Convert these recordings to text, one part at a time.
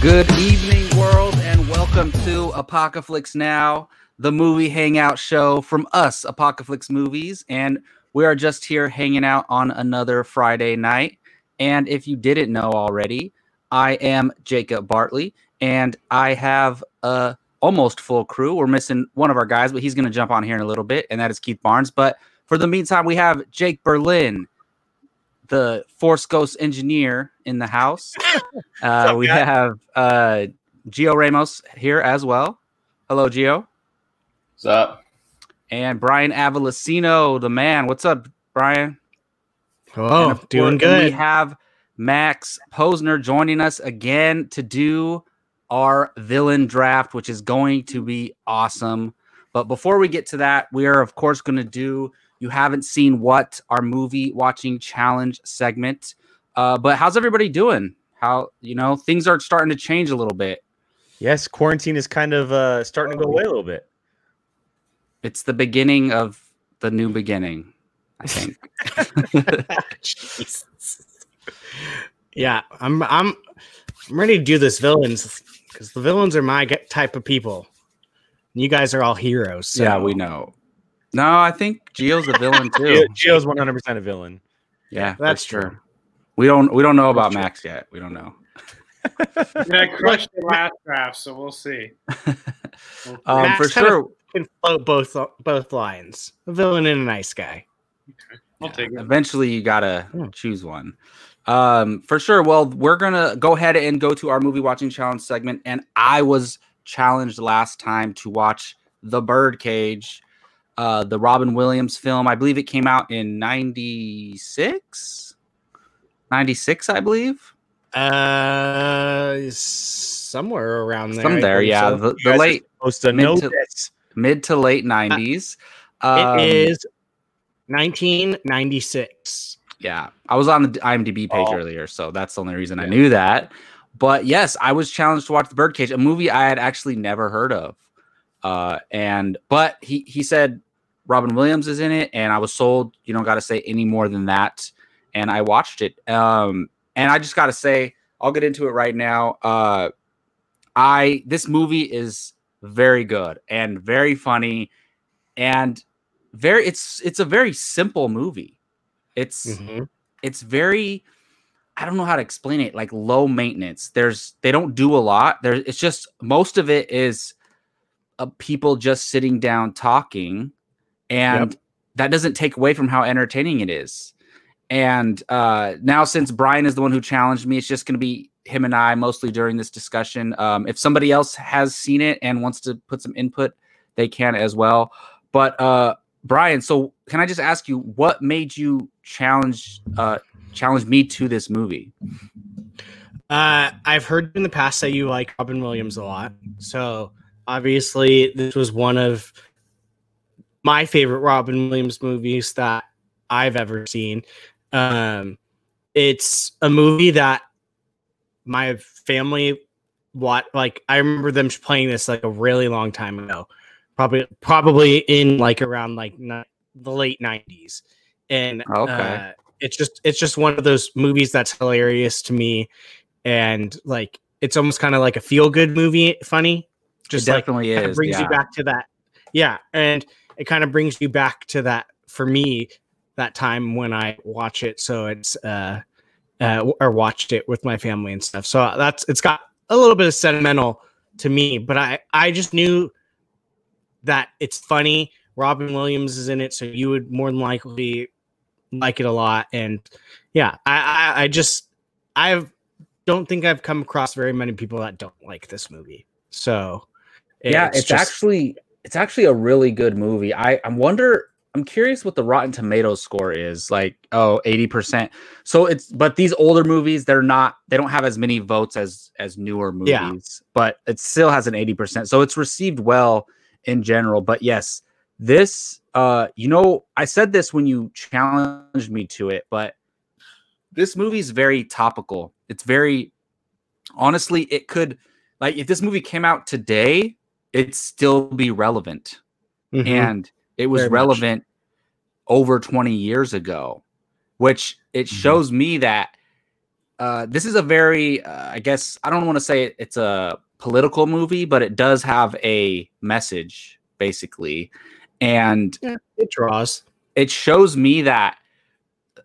Good evening, world, and welcome to Apocalypse Now, the movie hangout show from us, Apocalypse Movies. And we are just here hanging out on another Friday night. And if you didn't know already, I am Jacob Bartley, and I have a almost full crew. We're missing one of our guys, but he's going to jump on here in a little bit, and that is Keith Barnes. But for the meantime, we have Jake Berlin, the Force Ghost engineer in the house. Uh, up, we guys? have uh, Gio Ramos here as well. Hello, Gio. What's up? And Brian Avalosino, the man. What's up, Brian? And Oh, of doing course, and We good. have Max Posner joining us again to do our villain draft, which is going to be awesome. But before we get to that, we are, of course, going to do You Haven't Seen What, our movie watching challenge segment. Uh, but how's everybody doing? How, you know, things are starting to change a little bit. Yes, quarantine is kind of uh, starting to go away a little bit. It's the beginning of the new beginning, I think. Yeah, I'm I'm I'm ready to do this villains because the villains are my g- type of people. And you guys are all heroes. So. Yeah, we know. No, I think Geo's a villain too. Gio- Gio's 100 percent a villain. Yeah, That's that's true. true. We don't we don't know about That's true. Max yet. We don't know. Yeah, I crushed the last draft, so we'll see. Um, Max for kind of- sure, Can float both both lines. A villain and a nice guy. I'll take it. eventually you gotta Yeah. choose one. Um, for sure. Well, we're gonna go ahead and go to our movie watching challenge segment, and I was challenged last time to watch The Birdcage, uh, the Robin Williams film. I believe it came out in '96, '96, I believe. Uh, somewhere around there. I Some there, think yeah. so. The, the You guys are late supposed to mid know to- this. mid to late '90s. Um, it is 1996. Yeah, I was on the IMDb page Oh. earlier, so that's the only reason I Yeah. knew that. But yes, I was challenged to watch The Birdcage, a movie I had actually never heard of. Uh, and but he he said Robin Williams is in it, and I was sold. You don't got to say any more than that. And I watched it. Um, and I just got to say, I'll get into it right now. Uh, I this movie is very good and very funny, and very it's it's a very simple movie. It's Mhm. it's very i don't know how to explain it like low maintenance there's they don't do a lot there it's just most of it is uh, people just sitting down talking and that doesn't take away from how entertaining it is and uh now since brian is the one who challenged me it's just going to be him and i mostly during this discussion um if somebody else has seen it and wants to put some input they can as well but uh brian so can i just ask you what made you challenge uh challenge me to this movie Uh, I've heard in the past that you like Robin Williams a lot. So obviously, this was one of my favorite Robin Williams movies that I've ever seen. Um, it's a movie that my family what like I remember them playing this like a really long time ago. Probably probably in like around like ni- the late 90s. And Okay. uh, it's just it's just one of those movies that's hilarious to me and like it's almost kind of like a feel good movie funny just it like definitely kind of is brings yeah. you back to that yeah and it kind of brings you back to that for me that time when i watch it so it's uh, uh w- or watched it with my family and stuff so that's it's got a little bit of sentimental to me but i i just knew that it's funny robin williams is in it so you would more than likely like it a lot and yeah i i, I just i've don't think i've come across very many people that don't like this movie so yeah it's, just- actually it's actually a really good movie i i wonder i'm curious what the rotten tomatoes score is like oh 80% so it's but these older movies they're not they don't have as many votes as as newer movies Yeah. but it still has an 80% so it's received well in general but yes this uh you know i said this when you challenged me to it but this movie's very topical it's very honestly it could like if this movie came out today it'd still be relevant Mhm. and it was Very much. relevant over 20 years ago which it Mm-hmm. Mhm. shows me that uh, this is a very, uh, I guess, I don't want to say it, it's a political movie, but it does have a message, basically. And Yeah, it draws. it shows me that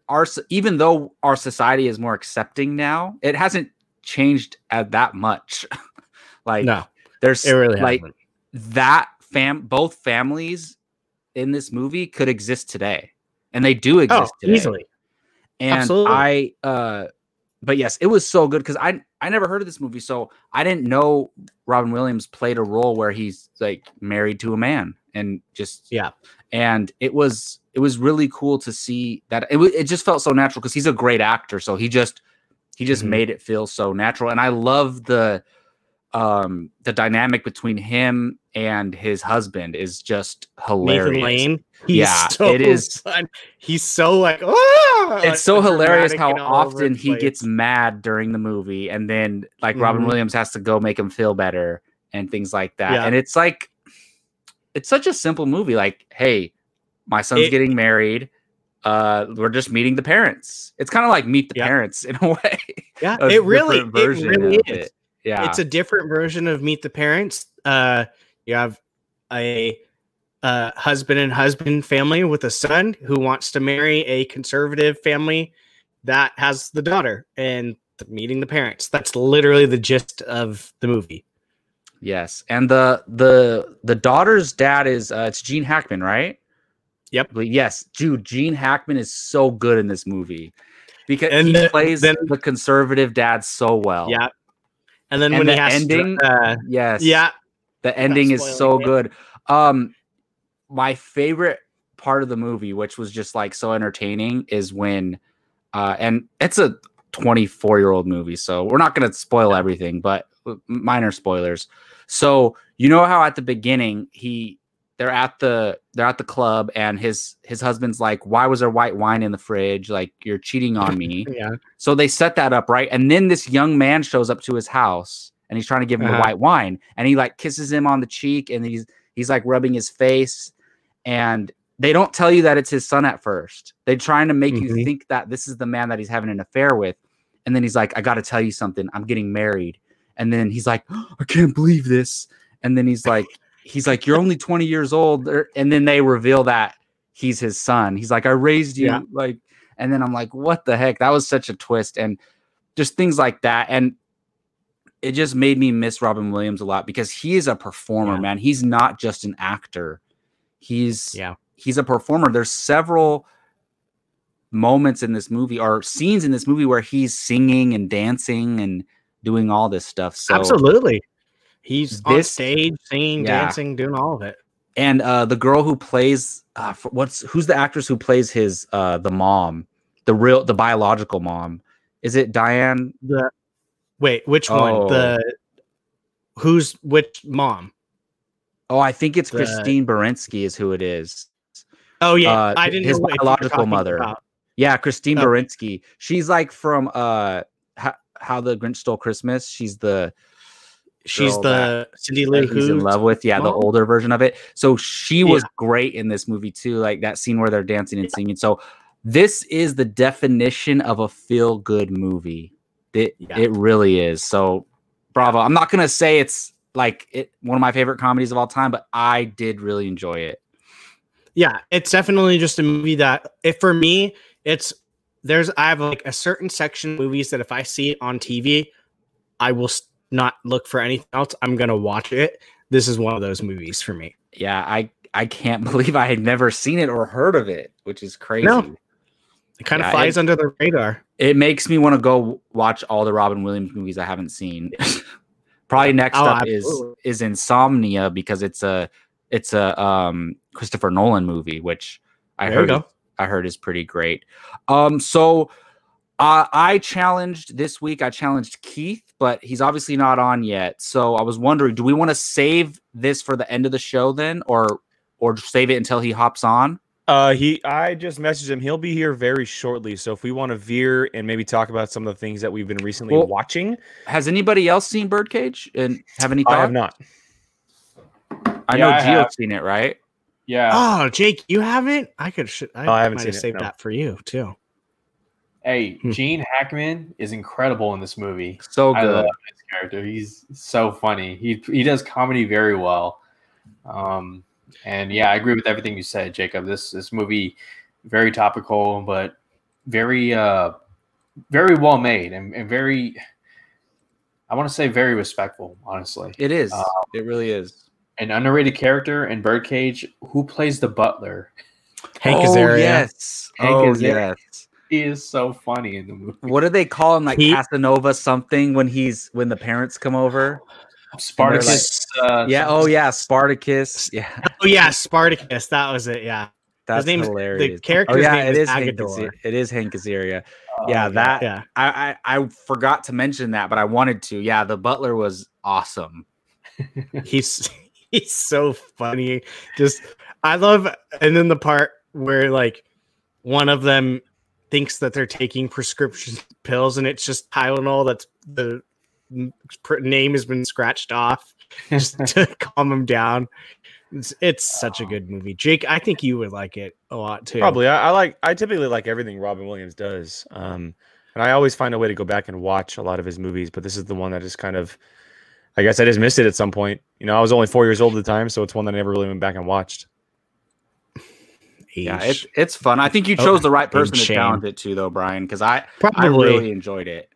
our s- even though our society is more accepting now, it hasn't changed at that much. like no, there's it really like hasn't. that fam both families in this movie could exist today. And they do Oh, exist today. easily. And Absolutely. I uh but yes, it was so good because I I never heard of this movie, so I didn't know Robin Williams played a role where he's like married to a man and just Yeah. And it was it was really cool to see that it wa- it just felt so natural because he's a great actor, so he just he just Mhm. made it feel so natural. And I love the um the dynamic between him and his husband is just hilarious. Nathan Lane. He's Yeah, so it is- fun. He's so like, ah! like, it's so hilarious dramatic how and all over often the he place. gets mad during the movie and then like robin Mhm. williams has to go make him feel better and things like that Yeah. and it's like it's such a simple movie like hey my son's It- getting married uh we're just meeting the parents it's kind of like meet the Yeah. parents in a way Yeah, a it really, different it really of is. it. yeah It's a different version of Meet the Parents. Uh, you have a uh, husband and husband family with a son who wants to marry a conservative family that has the daughter and meeting the parents. That's literally the gist of the movie. yes and the the the daughter's dad is uh it's gene hackman right Yep. but yes dude gene hackman is so good in this movie because And he the- plays then- the conservative dad so well Yeah. And then And when he the has to- ending? uh, yes yeah, the ending is so spoiling it. good um my favorite part of the movie which was just like so entertaining is when uh and it's a 24 year old movie so we're not going to spoil everything but uh, minor spoilers so you know how at the beginning he they're at the they're at the club and his his husband's like why was there white wine in the fridge like you're cheating on me yeah, so they set that up, right? And then this young man shows up to his house and he's trying to give him the Uh-huh. white wine. And he like kisses him on the cheek and he's he's like rubbing his face. And they don't tell you that it's his son at first. They're trying to make you Mhm. think that this is the man that he's having an affair with. And then he's like, I gotta tell you something. I'm getting married. And then he's like, "Oh, I can't believe this. And then he's like, he's like, You're only 20 years old. Or- And then they reveal that he's his son. He's like, I raised you. Yeah. Like, and then I'm like, what the heck? That was such a twist. And just things like that. And it just made me miss Robin Williams a lot because he is a performer, Yeah. man. He's not just an actor. He's Yeah. he's a performer. There's several moments in this movie or scenes in this movie where he's singing and dancing and doing all this stuff. So absolutely. He's on this- stage singing, Yeah. dancing, doing all of it. and uh the girl who plays uh, f- what's who's the actress who plays his uh the mom the real the biological mom is it diane The wait, which one? The who's which mom? oh i think it's The- christine berensky is who it is Oh yeah, Uh, I didn't. his know what you were biological talking mother. about. yeah christine Oh. berensky she's like from uh how, how the grinch stole christmas she's the She's Girl the that- Cindy Lou that he's in Who. love with yeah the mom? older version of it so she was Yeah. great in this movie too like that scene where they're dancing and singing so this is the definition of a feel good movie it, Yeah. it really is so bravo i'm not gonna say it's like it one of my favorite comedies of all time but i did really enjoy it Yeah, it's definitely just a movie that, if for me, it's there's I have like a certain section of movies that if I see it on TV, I will s- not look for anything else. I'm gonna watch it. This is one of those movies for me. yeah i i can't believe i had never seen it or heard of it which is crazy It kind of Yeah, flies under the radar. it makes me want to go w- watch all the Robin Williams movies I haven't seen. Probably next Oh, up absolutely. is is Insomnia because it's a it's a um Christopher Nolan movie, which I there you heard go. I heard is pretty great. Um, so uh, I challenged this week. I challenged Keith, but he's obviously not on yet. So I was wondering, do we want to save this for the end of the show then, or or save it until he hops on? Uh, he, I just messaged him. He'll be here very shortly. So if we want to veer and maybe talk about some of the things that we've been recently Well, watching, Has anybody else seen Birdcage and have any? I thoughts? have not. I Yeah, know I have. Gio's seen it, right? Yeah. Ah. Oh, Jake, you haven't? I could. Should, I, No, I haven't might seen have it, saved no. that for you too. Hey, Hmm. Gene Hackman is incredible in this movie. So I love good. his character. He's so funny. He he does comedy very well. Um, and yeah, I agree with everything you said, Jacob. This this movie very topical, but very uh very well made and, and very I want to say very respectful, honestly. It is. Um, it really is. An underrated character in Birdcage who plays the butler. Hank oh, Azaria. Yes. Hank oh Azaria. yes. He is so funny in the movie. What do they call him? Like He- Casanova something when he's when the parents come over. Spartacus. uh, yeah. Oh yeah. Spartacus. Yeah. Oh yeah, Spartacus. That was it. Yeah. That's name's- the hilarious. Oh, character's name is Hank Agador. Azaria. It is Hank Azaria. oh, yeah, that Yeah. I, I I forgot to mention that, but I wanted to. Yeah, the butler was awesome. He's he's so funny. Just I love and then the part where like one of them thinks that they're taking prescription pills and it's just Tylenol that's the n- pr- name has been scratched off just to calm him down. It's, it's such a good movie. Jake, I think you would like it a lot too. Probably. I, I like. I typically like everything Robin Williams does, um, and I always find a way to go back and watch a lot of his movies. But this is the one that just kind of, I guess, I just missed it at some point. You know, I was only four years old at the time, so it's one that I never really went back and watched. Yeah, Ish. it's it's fun. I think you Oh, chose the right person to shame. challenge it to though, Brian, because I I probably really enjoyed it.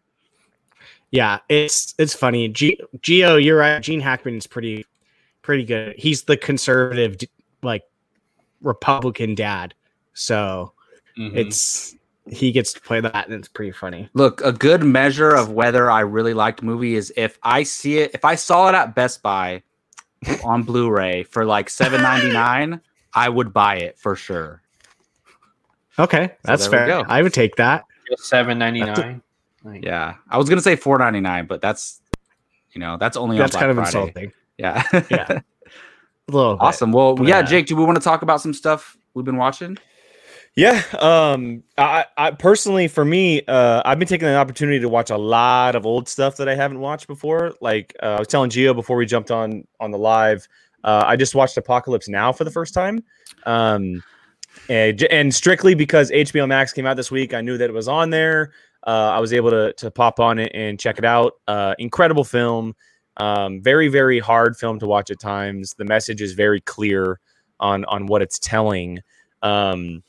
Yeah, it's it's funny. G- Geo, you're right. Gene Hackman's pretty pretty good. He's the conservative d- like Republican dad. So mhm. Mm-hmm. it's he gets to play that and it's pretty funny. Look, a good measure of whether I really liked a movie is if I see it, if I saw it at Best Buy on Blu-ray for like seven ninety nine, I would buy it for sure. Okay, that's there fair. we go. I would take that. seven ninety nine. Yeah, I was gonna say four ninety nine, but that's you know that's only that's on kind Black of Friday. insulting. Yeah, Yeah. A little bit. awesome. Well, But, yeah, uh, Jake, do we want to talk about some stuff we've been watching? Yeah. Um. I, I personally, for me, uh, I've been taking an opportunity to watch a lot of old stuff that I haven't watched before. Like uh, I was telling Gio before we jumped on on the live, uh, I just watched Apocalypse Now for the first time. Um, and, j- and strictly because HBO Max came out this week, I knew that it was on there. Uh, I was able to to pop on it and check it out. Uh, incredible film. Um, very very hard film to watch at times. The message is very clear on on what it's telling. Um,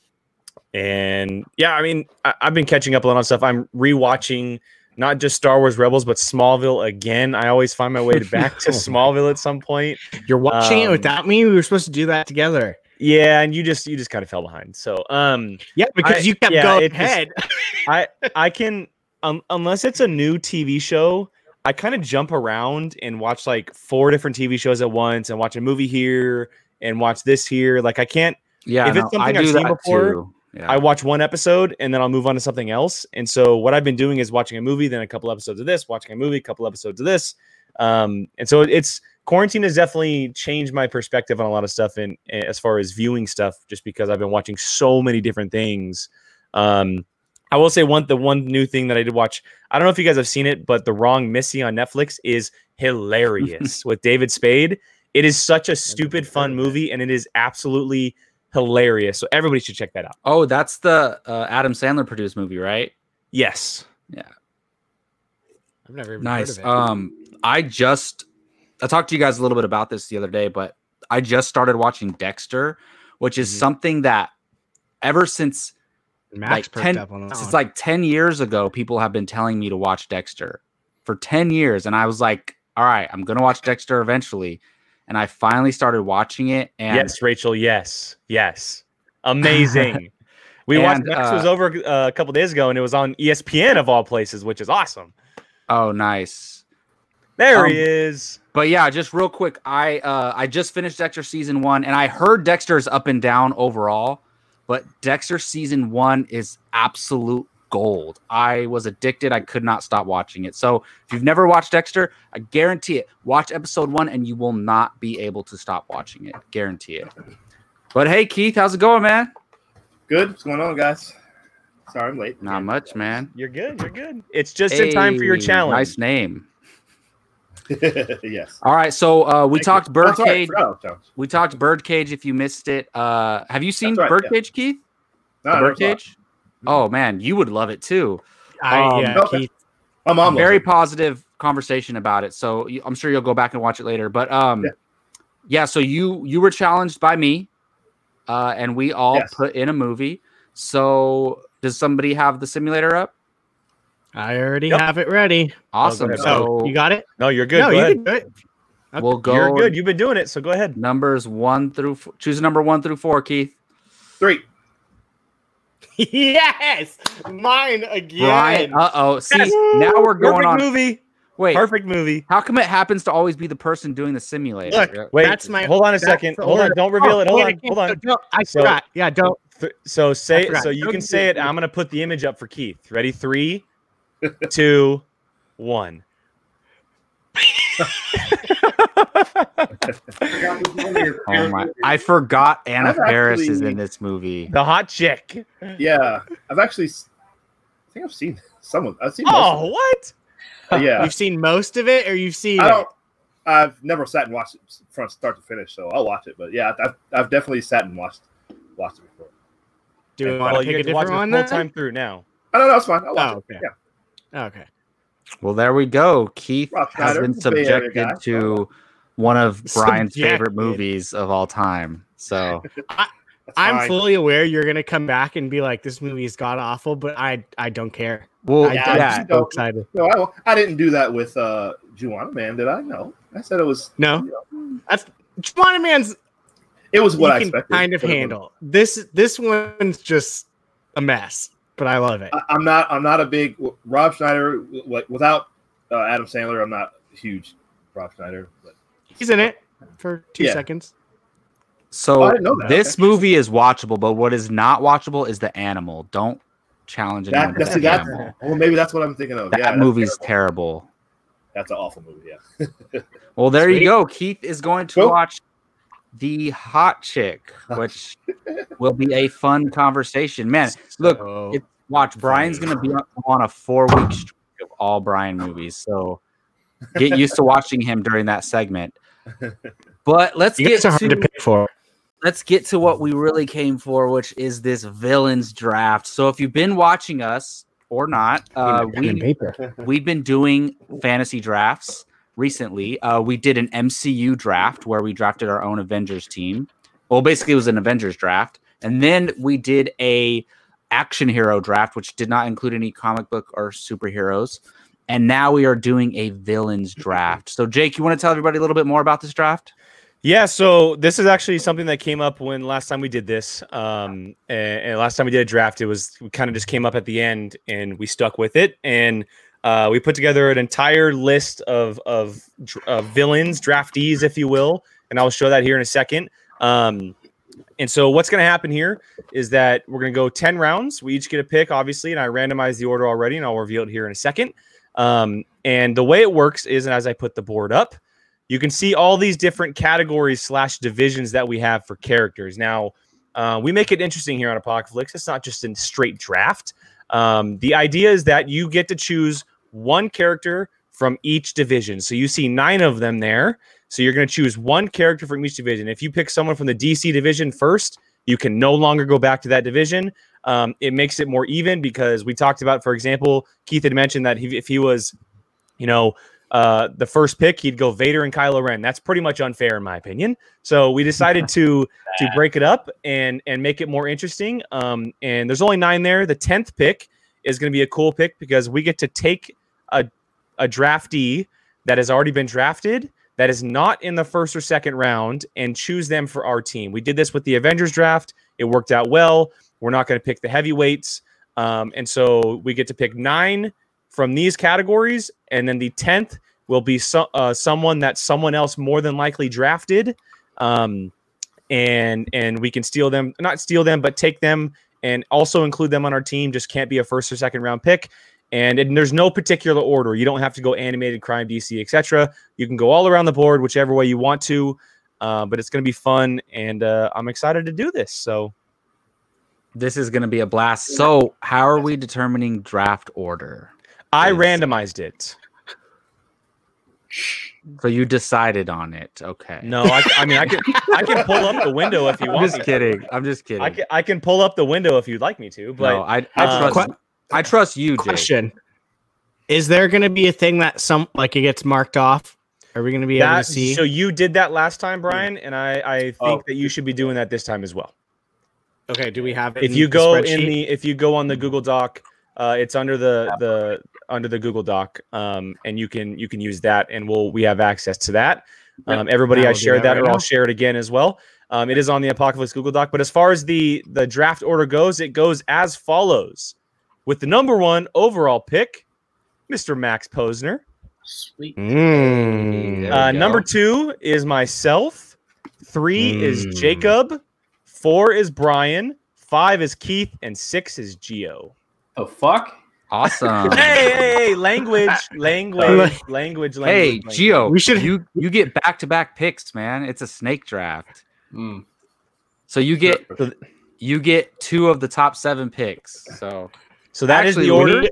and yeah, I mean, I, I've been catching up a lot on stuff. I'm rewatching not just Star Wars Rebels, but Smallville again. I always find my way to- back to Smallville at some point. You're watching it Um, without me. We were supposed to do that together. Yeah, and you just you just kind of fell behind. So um, Yeah, because I- you kept yeah, going it just- ahead. I I can um, unless it's a new TV show, I kind of jump around and watch like four different TV shows at once, and watch a movie here and watch this here. Like I can't. Yeah, If it's no, something I've seen before, too. Yeah. I watch one episode and then I'll move on to something else. And so what I've been doing is watching a movie, then a couple episodes of this, watching a movie, a couple episodes of this. Um, and so it's quarantine has definitely changed my perspective on a lot of stuff and and as far as viewing stuff, just because I've been watching so many different things. Um, I will say one the one new thing that I did watch. I don't know if you guys have seen it, but The Wrong Missy on Netflix is hilarious with David Spade. It is such a stupid fun movie and it is absolutely hilarious. So everybody should check that out. oh, that's the uh, Adam Sandler produced movie, right? Yes. I've never even Nice. heard of it. Um, I just I talked to you guys a little bit about this the other day, but I just started watching Dexter, which is Mhm. something that ever since Max like perked 10 up on that. since one. like 10 years ago, people have been telling me to watch Dexter for 10 years. And I was like, all right, I'm gonna watch Dexter eventually. And I finally started watching it. And yes, Rachel. Yes. Yes. Amazing. we watched And, Max uh, was over uh, a couple days ago, and it was on E ESPN of all places, which is awesome. oh nice. There Um, he is. But yeah, just real quick, I uh I just finished Dexter season one, and I heard Dexter's up and down overall, but Dexter season one is absolute gold. I was addicted; I could not stop watching it. So if you've never watched Dexter, I guarantee it. Watch episode one, and you will not be able to stop watching it. Guarantee it. But hey, Keith, how's it going, man? Good. What's going on, guys? Sorry, I'm late. Not much, man. You're good. You're good. It's just in time for your Hey, challenge. Nice name. yes. All right, so uh, we Thank talked you. That's all right, Birdcage. Oh, bro. No, We talked Birdcage. If you missed it, uh, have you seen That's right, yeah. Birdcage, Keith? no, The no, it's all right. Birdcage? Oh man, you would love it too. I, Um, yeah, okay. Keith, My mom. very Very. positive conversation about it. So you- I'm sure you'll go back and watch it later. But um, yeah. Yeah. so you you were challenged by me, uh, and we all Yes. put in a movie. So does somebody have the simulator Oh, up? I already Yep. have it ready. Awesome. ahead. So So Oh, you got it? No, you're good. no, go you ahead. can do it. okay. we'll go. You're good. You've been doing it, so go ahead. Numbers one through f- choose a number one through four, Keith. Three. yes, mine again. Brian. Uh oh. See, Yes. now we're going on. Perfect movie. Wait, Perfect movie. how come it happens to always be the person doing the simulator? Look. Wait, That's my- hold on a that's second. the Hold on. order. Don't reveal it. Hold wait, I on. can't- Hold on. no, I So- forgot. yeah, don't. Th- so say forgot. so you Don't can do say it. it. I'm gonna put the image up for Keith. Ready? Three, two, one. Oh my! I forgot Anna I've Faris is actually- in this movie. The hot chick. Yeah, I've actually. s- I think I've seen some of. I've seen. Oh, Most what? of it. Yeah. You've seen most of it, or you've seen I it? don't. I've never sat and watched it from start to finish, so I'll watch it. But yeah, I've, I've definitely sat and watched watched it before. Do we Well, want Well, to you pick a get to watch different it one? the whole then? time through now. I don't know. It's fine. I'll watch Oh, okay. it. Yeah. Okay. Well, there we go. Keith Rob has Schneider, been Bay Area subjected guy. to one of Brian's favorite Subjected. movies of all time. So That's I'm fine. fully aware you're gonna come back and be like, "This movie is god awful," but I I don't care. well, I, yeah, yeah, I'm so don't- excited. No, I, won't- I didn't do that with uh, Juana Man, did I? No, I said it was. No, that's Juana Man's. It was what you I can expected. kind of But it was- handle this. This one's just a mess, but I love it. I, I'm not. I'm not a big Rob Schneider. w- Like without uh, Adam Sandler, I'm not a huge Rob Schneider. But He's in it for two Yeah. seconds. so Oh, I didn't know that. this Okay. movie is watchable, but what is not watchable is the animal. Don't challenge anyone that, to that's, see, the that's animal. well, maybe that's what I'm thinking of. That yeah, that's movie's terrible. terrible. That's an awful movie. Yeah. Well, there you Sweet. go. Keith is going to Cool. watch the hot chick, which will be a fun conversation. Man, look, So- it's- watch Brian's gonna be on- on a four week streak of all Brian movies, so get used to watching him during that segment. But let's you get guys are to, hard to pick for. let's get to what we really came for, which is this villains draft. So if you've been watching us or not, uh, Pen and we paper. we've been doing fantasy drafts recently. Uh, we did an MCU draft where we drafted our own Avengers team. Well, basically, it was an Avengers draft, and then we did a action hero draft, which did not include any comic book or superheroes. And now we are doing a villains draft. So, Jake, you want to tell everybody a little bit more about this draft? Yeah, so this is actually something that came up when last time we did this. Um, and, and last time we did a draft, it was we kind of just came up at the end and we stuck with it. And uh, we put together an entire list of of, dr- of villains, draftees, if you will. And I'll show that here in a second. Um, and so what's going to happen here is that we're going to go 10 rounds. We each get a pick, obviously, and I randomized the order already, and I'll reveal it here in a second. Um, and the way it works is, and as I put the board up, you can see all these different categories slash divisions that we have for characters. Now, uh, we make it interesting here on Apocalypse. It's not just in straight draft. Um, the idea is that you get to choose one character from each division. So you see nine of them there. So you're going to choose one character from each division. If you pick someone from the DC division first, you can no longer go back to that division. Um, it makes it more even because we talked about, for example, Keith had mentioned that he, if he was, you know, uh, the first pick, he'd go Vader and Kylo Ren. That's pretty much unfair in my opinion. So we decided to to break it up and and make it more interesting. Um, and there's only nine there. The tenth pick is going to be a cool pick because we get to take a a draftee that has already been drafted that is not in the first or second round and choose them for our team. We did this with the Avengers draft. It worked out well. We're not going to pick the heavyweights. Um, and so we get to pick nine from these categories. And then the 10th will be so, uh, someone that someone else more than likely drafted. Um, and and we can steal them, not steal them, but take them and also include them on our team. Just can't be a first or second round pick. And, and there's no particular order. You don't have to go animated, crime, DC, etc. You can go all around the board, whichever way you want to. Uh, but it's going to be fun, and uh, I'm excited to do this. So This is going to be a blast. So, how are we determining draft order? I Yes. randomized it. So you decided on it. Okay. No, I, I mean I can I can pull up the window if you I'm want. me just to. kidding. I'm just kidding. I can I can pull up the window if you'd like me to, but no, I, I uh, trust. I trust you, Jake. Question: Is there going to be a thing that some like it gets marked off? Are we going to be able that, to see? so you did that last time, Brian, and I I think Oh. that you should be doing that this time as well. okay, do we have it? If in you the go in spreadsheet? the if you go on the Google Doc, uh, it's under the the under the Google Doc, um, and you can you can use that, and we'll we have access to that. Um, everybody, Yeah, I we'll do that shared that, right or now. I'll share it again as well. Um, it is on the Apocalypse Google Doc, but as far as the the draft order goes, it goes as follows: with the number one overall pick, Mr. Max Posner. Sweet. Mm. There we Uh, go. number two is myself. Three Hmm. is Mm. Jacob. Four is Brian. Five is Keith, and six is Geo. the fuck. Awesome. Hey, hey, hey, language, language, language, language. Hey, language. Geo, We should- you you get back to back picks, man. It's a snake draft, Mm. so you get So- you get two of the top seven picks. So So that is Actually, the we order. need-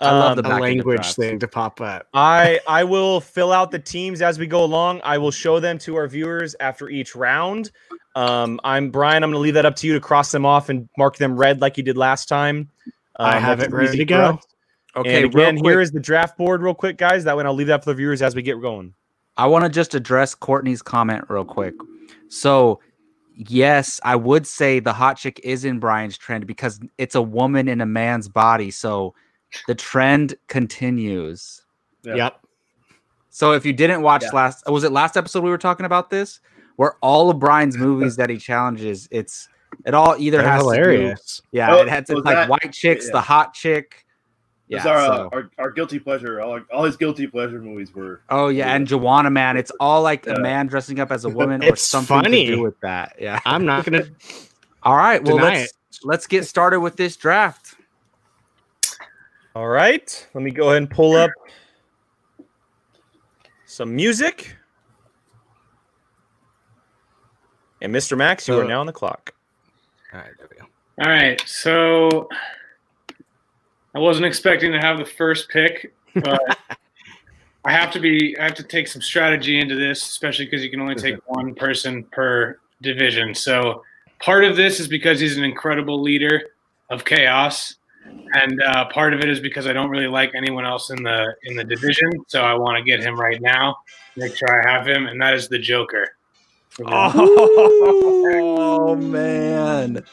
I love Um, the a back end language drafts. thing to pop up. I I will fill out the teams as we go along. I will show them to our viewers after each round. Um, I'm Brian. I'm going to leave that up to you to cross them off and mark them red like you did last time. I Um, have that's it ready easy to for go. us. Okay, okay, and again, real quick, here is the draft board, real quick, guys. That one I'll leave that for the viewers as we get going. I want to just address Courtney's comment real quick. So yes, I would say the hot chick is in Brian's trend because it's a woman in a man's body. So the trend continues. Yeah. Yep. So if you didn't watch Yeah. last, was it last episode we were talking about this? Where all of Brian's movies that he challenges, it's it all either They're has to hilarious. do, yeah, Oh, it had to was like that- white chicks, yeah. the hot chick, yeah. It's our, uh, so- our our guilty pleasure. All, all his guilty pleasure movies were. oh yeah, and Joanna Man, it's all like a Yeah. man dressing up as a woman or It's something funny. to do with that. Yeah. I'm not going to. All right, well Deny let's let's get started with this draft. All right, let me go ahead and pull up some music. And Mr. Max, you are So- now on the clock. All right, there we go. All right, so I wasn't expecting to have the first pick, but I have to be. I have to take some strategy into this, especially because you can only take one person per division. So part of this is because he's an incredible leader of chaos, and uh, part of it is because I don't really like anyone else in the in the division. So I want to get him right now. Make sure I have him, and that is the Joker. Oh man,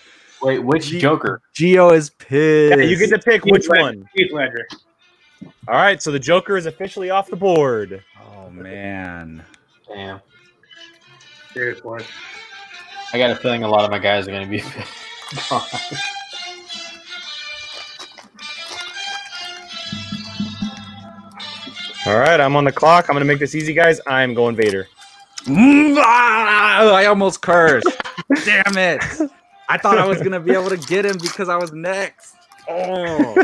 Wait, which Ye- Joker? Geo is pissed. Yeah, you get to pick Heath which Ledger- one. Heath Ledger. All right, so the Joker is officially off the board. oh man. Damn, Here, of course. I got a feeling a lot of my guys are gonna be. All right, I'm on the clock. I'm going to make this easy, guys. I'm going Vader. Mm, ah, I almost cursed. Damn it. I thought I was going to be able to get him because I was next. Oh.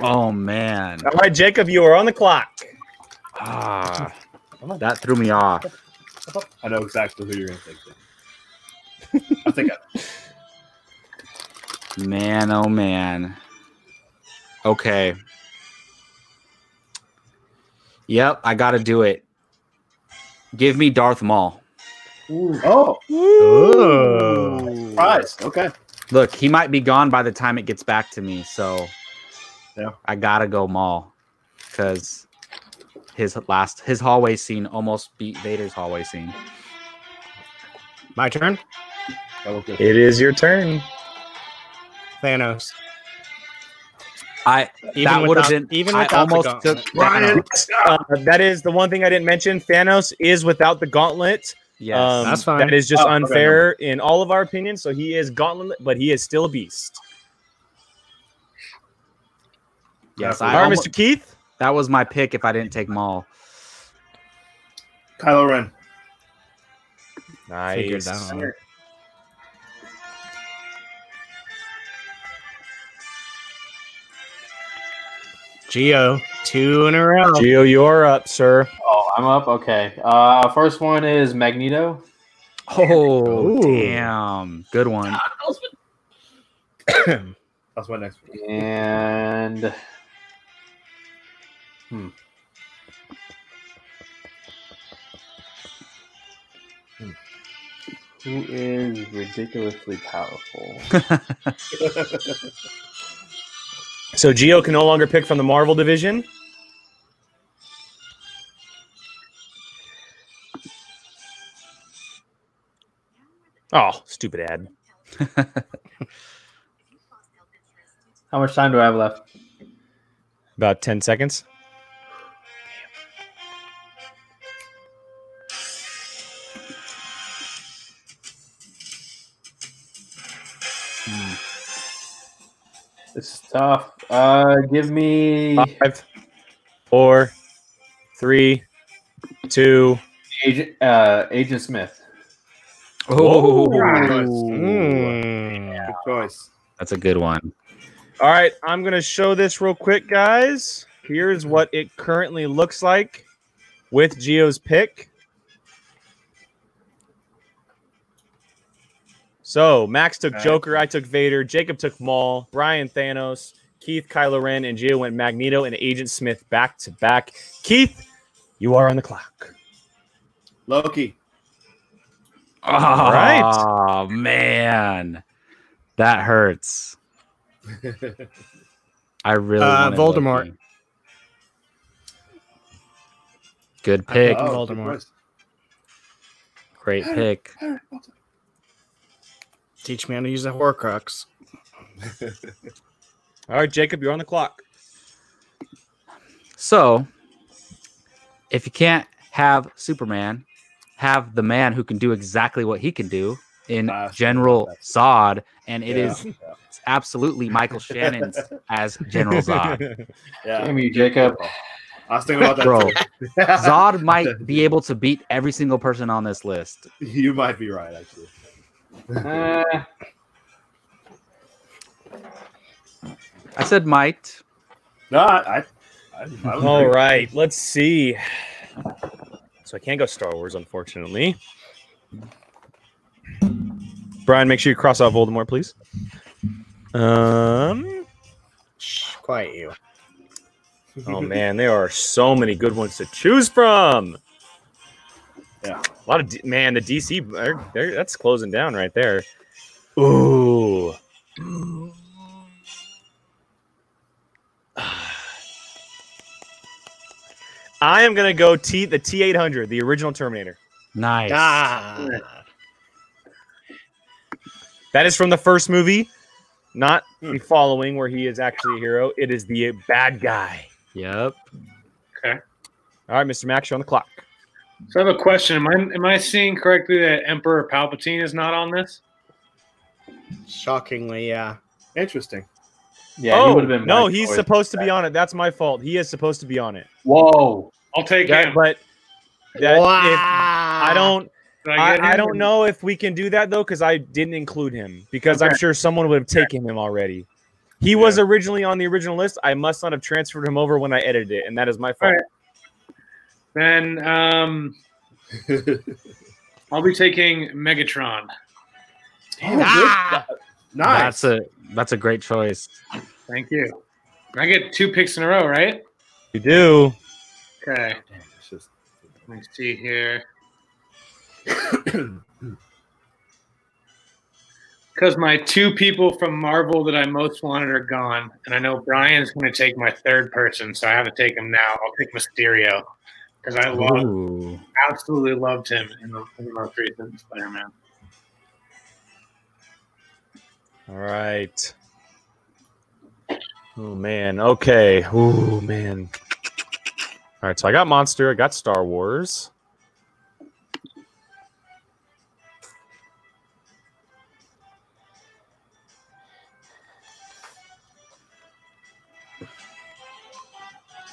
oh, man. All right, Jacob, you are on the clock. Ah, that threw me off. I know exactly who you're going to think. Of. I think I, Man, oh, man. Okay. Yep, I got to do it. Give me Darth Maul. Oh, Oh. Ooh. surprise. Okay. Look, he might be gone by the time it gets back to me, so Yeah. I gotta go Maul because his last his hallway scene almost beat Vader's hallway scene. My turn. That was good. It is your turn. Thanos. I Even that would have without- been even I without the almost gauntlet. took Brian. Uh, that is the one thing I didn't mention. Thanos is without the gauntlet. Yes, Um, That's fine. That is just Oh, okay. unfair in all of our opinions. So he is gauntlet, but he is still a beast. yes. All I right, almost, Mr. Keith. that was my pick if I didn't take Maul. Kylo Ren. Figured Nice. that one. Geo, two in a row. Geo, you're up, sir. oh, I'm up. Okay. Uh, first one is Magneto. Oh Ooh. damn, good one. That's my next one. And hmm. Who Hmm. is ridiculously powerful? So Geo can no longer pick from the Marvel division. Oh, stupid ad. How much time do I have left? About 10 seconds. This is tough. Uh, give me Five, four, three, two. Agent, uh, Agent Smith. Oh, Hmm. Mm. Good choice. that's a good one. All right, I'm going to show this real quick, guys. Here's what it currently looks like with Geo's pick. So, Max took All right. Joker, I took Vader, Jacob took Maul, Brian Thanos, Keith Kylo Ren, and Geo went Magneto and Agent Smith back to back. Keith, you are on the clock. Loki. Oh, right. man, that hurts. I really Uh, wanted Voldemort. Loki. Good I pick. love- Oh, good Voldemort. choice. Great pick. Teach me how to use a Horcrux. All right, Jacob, you're on the clock. So, if you can't have Superman, have the man who can do exactly what he can do in Ah, General Zod, and it Yeah. is absolutely Michael Shannon's as General Zod. Yeah. Uh, Damn you, Jacob. I was thinking about that. Bro, too. Zod might be able to beat every single person on this list. you might be right, actually. Eh, I said might. No, I. I, I, I was All thinking- right, let's see. So I can't go Star Wars, unfortunately. Brian, make sure you cross out Voldemort, please. Um. Shh, quiet you. Oh man, there are so many good ones to choose from. Yeah. A lot of D- man, the DC, they're, they're, that's closing down right there. Ooh. I am gonna go T the T eight hundred, the original Terminator. Nice. Ah, That is from the first movie, not the following where he is actually a hero. It is the bad guy. Yep. All right, Mr. Max, you're on the clock. So I have a question. Am I am I seeing correctly that Emperor Palpatine is not on this? shockingly, yeah. Interesting. yeah, he oh would have been. no, my he's choice. supposed to be on it. That's my fault. He is supposed to be on it. Whoa. I'll take Yeah, him. but that, if- I I don't. Did I, get him? I don't know if we can do that though, because I didn't include him. Because I'm Okay. sure someone would have taken him already. He was originally on the original list. I must not have transferred him over when I edited it, and that is my fault. Then um, Oh, I'll be taking Megatron. Damn, good. Nice. That's a that's a great choice. Thank you. I get two picks in a row, right? You do. Okay. Damn, it's just- Let me see here. Because my two people from Marvel that I most wanted are gone, and I know Brian's going to take my third person, so I have to take him now. I'll take Mysterio because I love, Ooh. absolutely loved him in the, in the most recent Spider-Man. All right. Oh man. Okay. Oh man. All right. So I got Monster. I got Star Wars.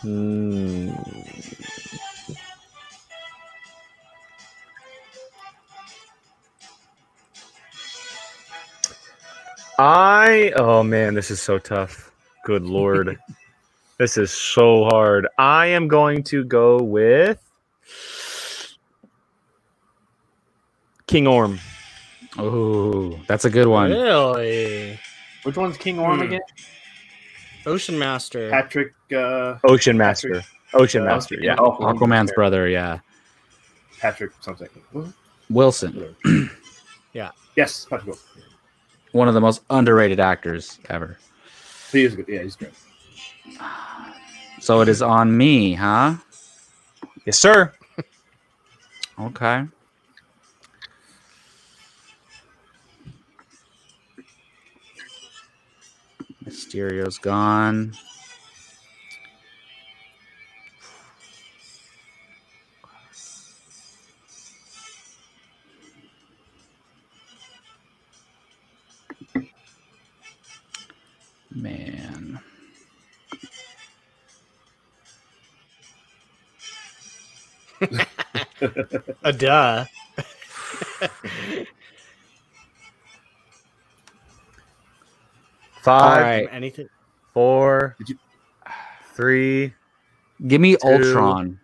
Hmm. I oh man, this is so tough. Good lord. this is so hard. I am going to go with King Orm. Ooh, that's a good one. Really? Which one's King Orm Hmm. again? Ocean Master. Patrick. Uh, Ocean Master. Ocean Master, yeah. Oh, Aquaman's brother, yeah. Patrick something. Wilson. Yes, Patrick Wilson. One of the most underrated actors ever. He is good. Yeah, he's good. So it is on me, huh? Yes, sir. Okay. Mysterio's gone. Man. A duh. All Five, right. Anything. four, three. Give me Two. Ultron.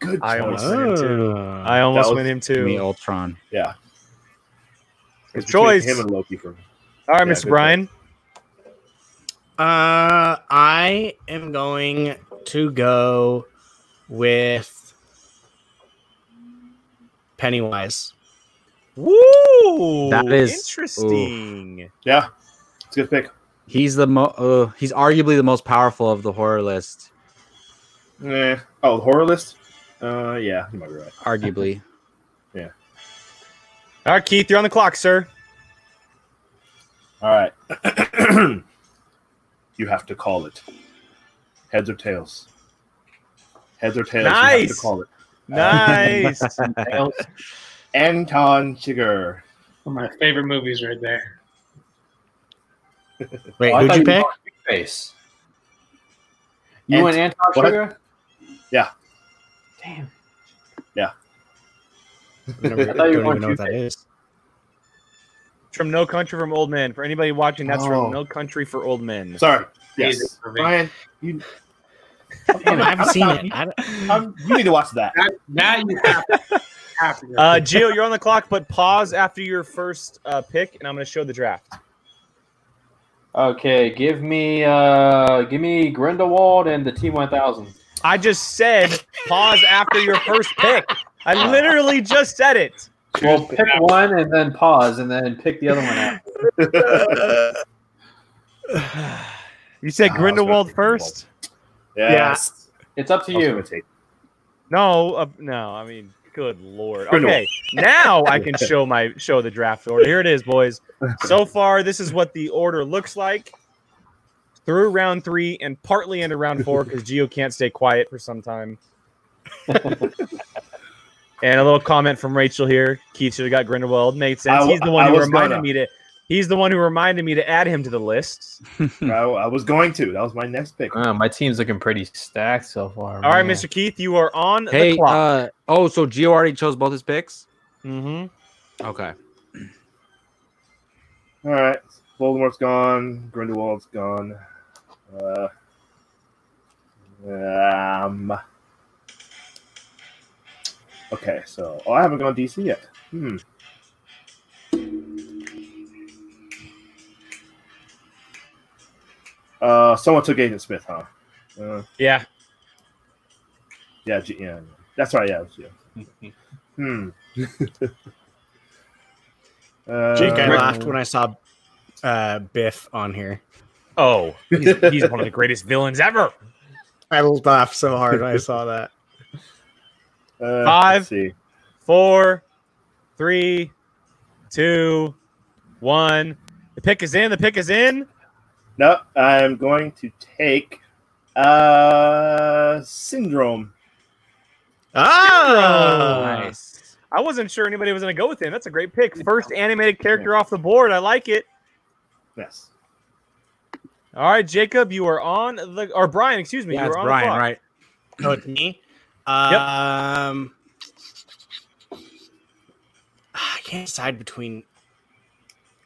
Good. I choice. almost went him too. Oh. I That almost was- went him Give me too. Ultron. Yeah. Good It's between choice. Him and Loki for me. All right, Yeah, Mr. good Brian. Uh, I am going to go with Pennywise. Woo! That is- interesting. Yeah. It's a good pick. He's the mo- uh, he's arguably the most powerful of the horror list, Eh. Oh, the horror list? Uh, yeah, you might be right. arguably. All right, Uh, Keith, you're on the clock, sir. All right. you have to call it. Heads or tails? Heads or tails? You have to Nice. call it. Nice. Tails. Anton Chigurh. One of my favorite movies right there. Wait, Oh, I who'd thought you pick? were going Big Face. You and Ant- Anton what? Sugar? Yeah. Damn. Never- I thought you were don't even going know what that is. from No Country from Old Men. For anybody watching, that's Oh. from No Country for Old Men. Sorry. Amazing Yes. movie. Brian, you, I haven't seen it. I don't- I'm- you need to watch that. That, that you have to, have to go. Uh, Gio, you're on the clock, but pause after your first uh, pick, and I'm going to show the draft. Okay, give me uh give me Grindelwald and the T one thousand. I just said pause after your first pick. I literally just said it. Well pick one and then pause and then pick the other one out. You said Ah, I was gonna Grindelwald pick first? Yes. It's up to I was gonna you. take- No, uh, no. I mean, good lord. Grindelwald. Okay, now I can show my show the draft order. Here it is, boys. So far, this is what the order looks like through round three and partly into round four because Geo can't stay quiet for some time. and a little comment from Rachel here. Keith should have got Grindelwald. Makes sense. I- He's the one I who was reminded gonna. me to. He's the one who reminded me to add him to the list. I, I was going to. That was my next pick. Uh, my team's looking pretty stacked so far. All right, man. Mr. Keith, you are on Hey, the clock. uh, oh, so Gio already chose both his picks. Mhm. Okay. All right. Voldemort's gone. Grindelwald's gone. Uh, um. Okay, so oh, I haven't gone DC yet. Hmm. Uh, someone took Agent Smith, huh? Uh, Yeah. yeah, G- yeah, yeah. That's right. Yeah, it was, yeah. hmm. uh, Jake, I Rick- laughed when I saw uh, Biff on here. Oh, he's, he's one of the greatest villains ever. I laughed so hard when I saw that. uh, Five. let's see. four, three, two, one. The pick is in. The pick is in. No, I'm going to take uh syndrome. Ah! Uh, Oh, Nice. I wasn't sure anybody was going to go with him. That's a great pick. First animated character off the board. I like it. Yes. All right, Jacob, you are on the or Brian, excuse me, Yeah, you it's are on Brian, the clock. right? oh, it's me. Um, ah, I can't decide between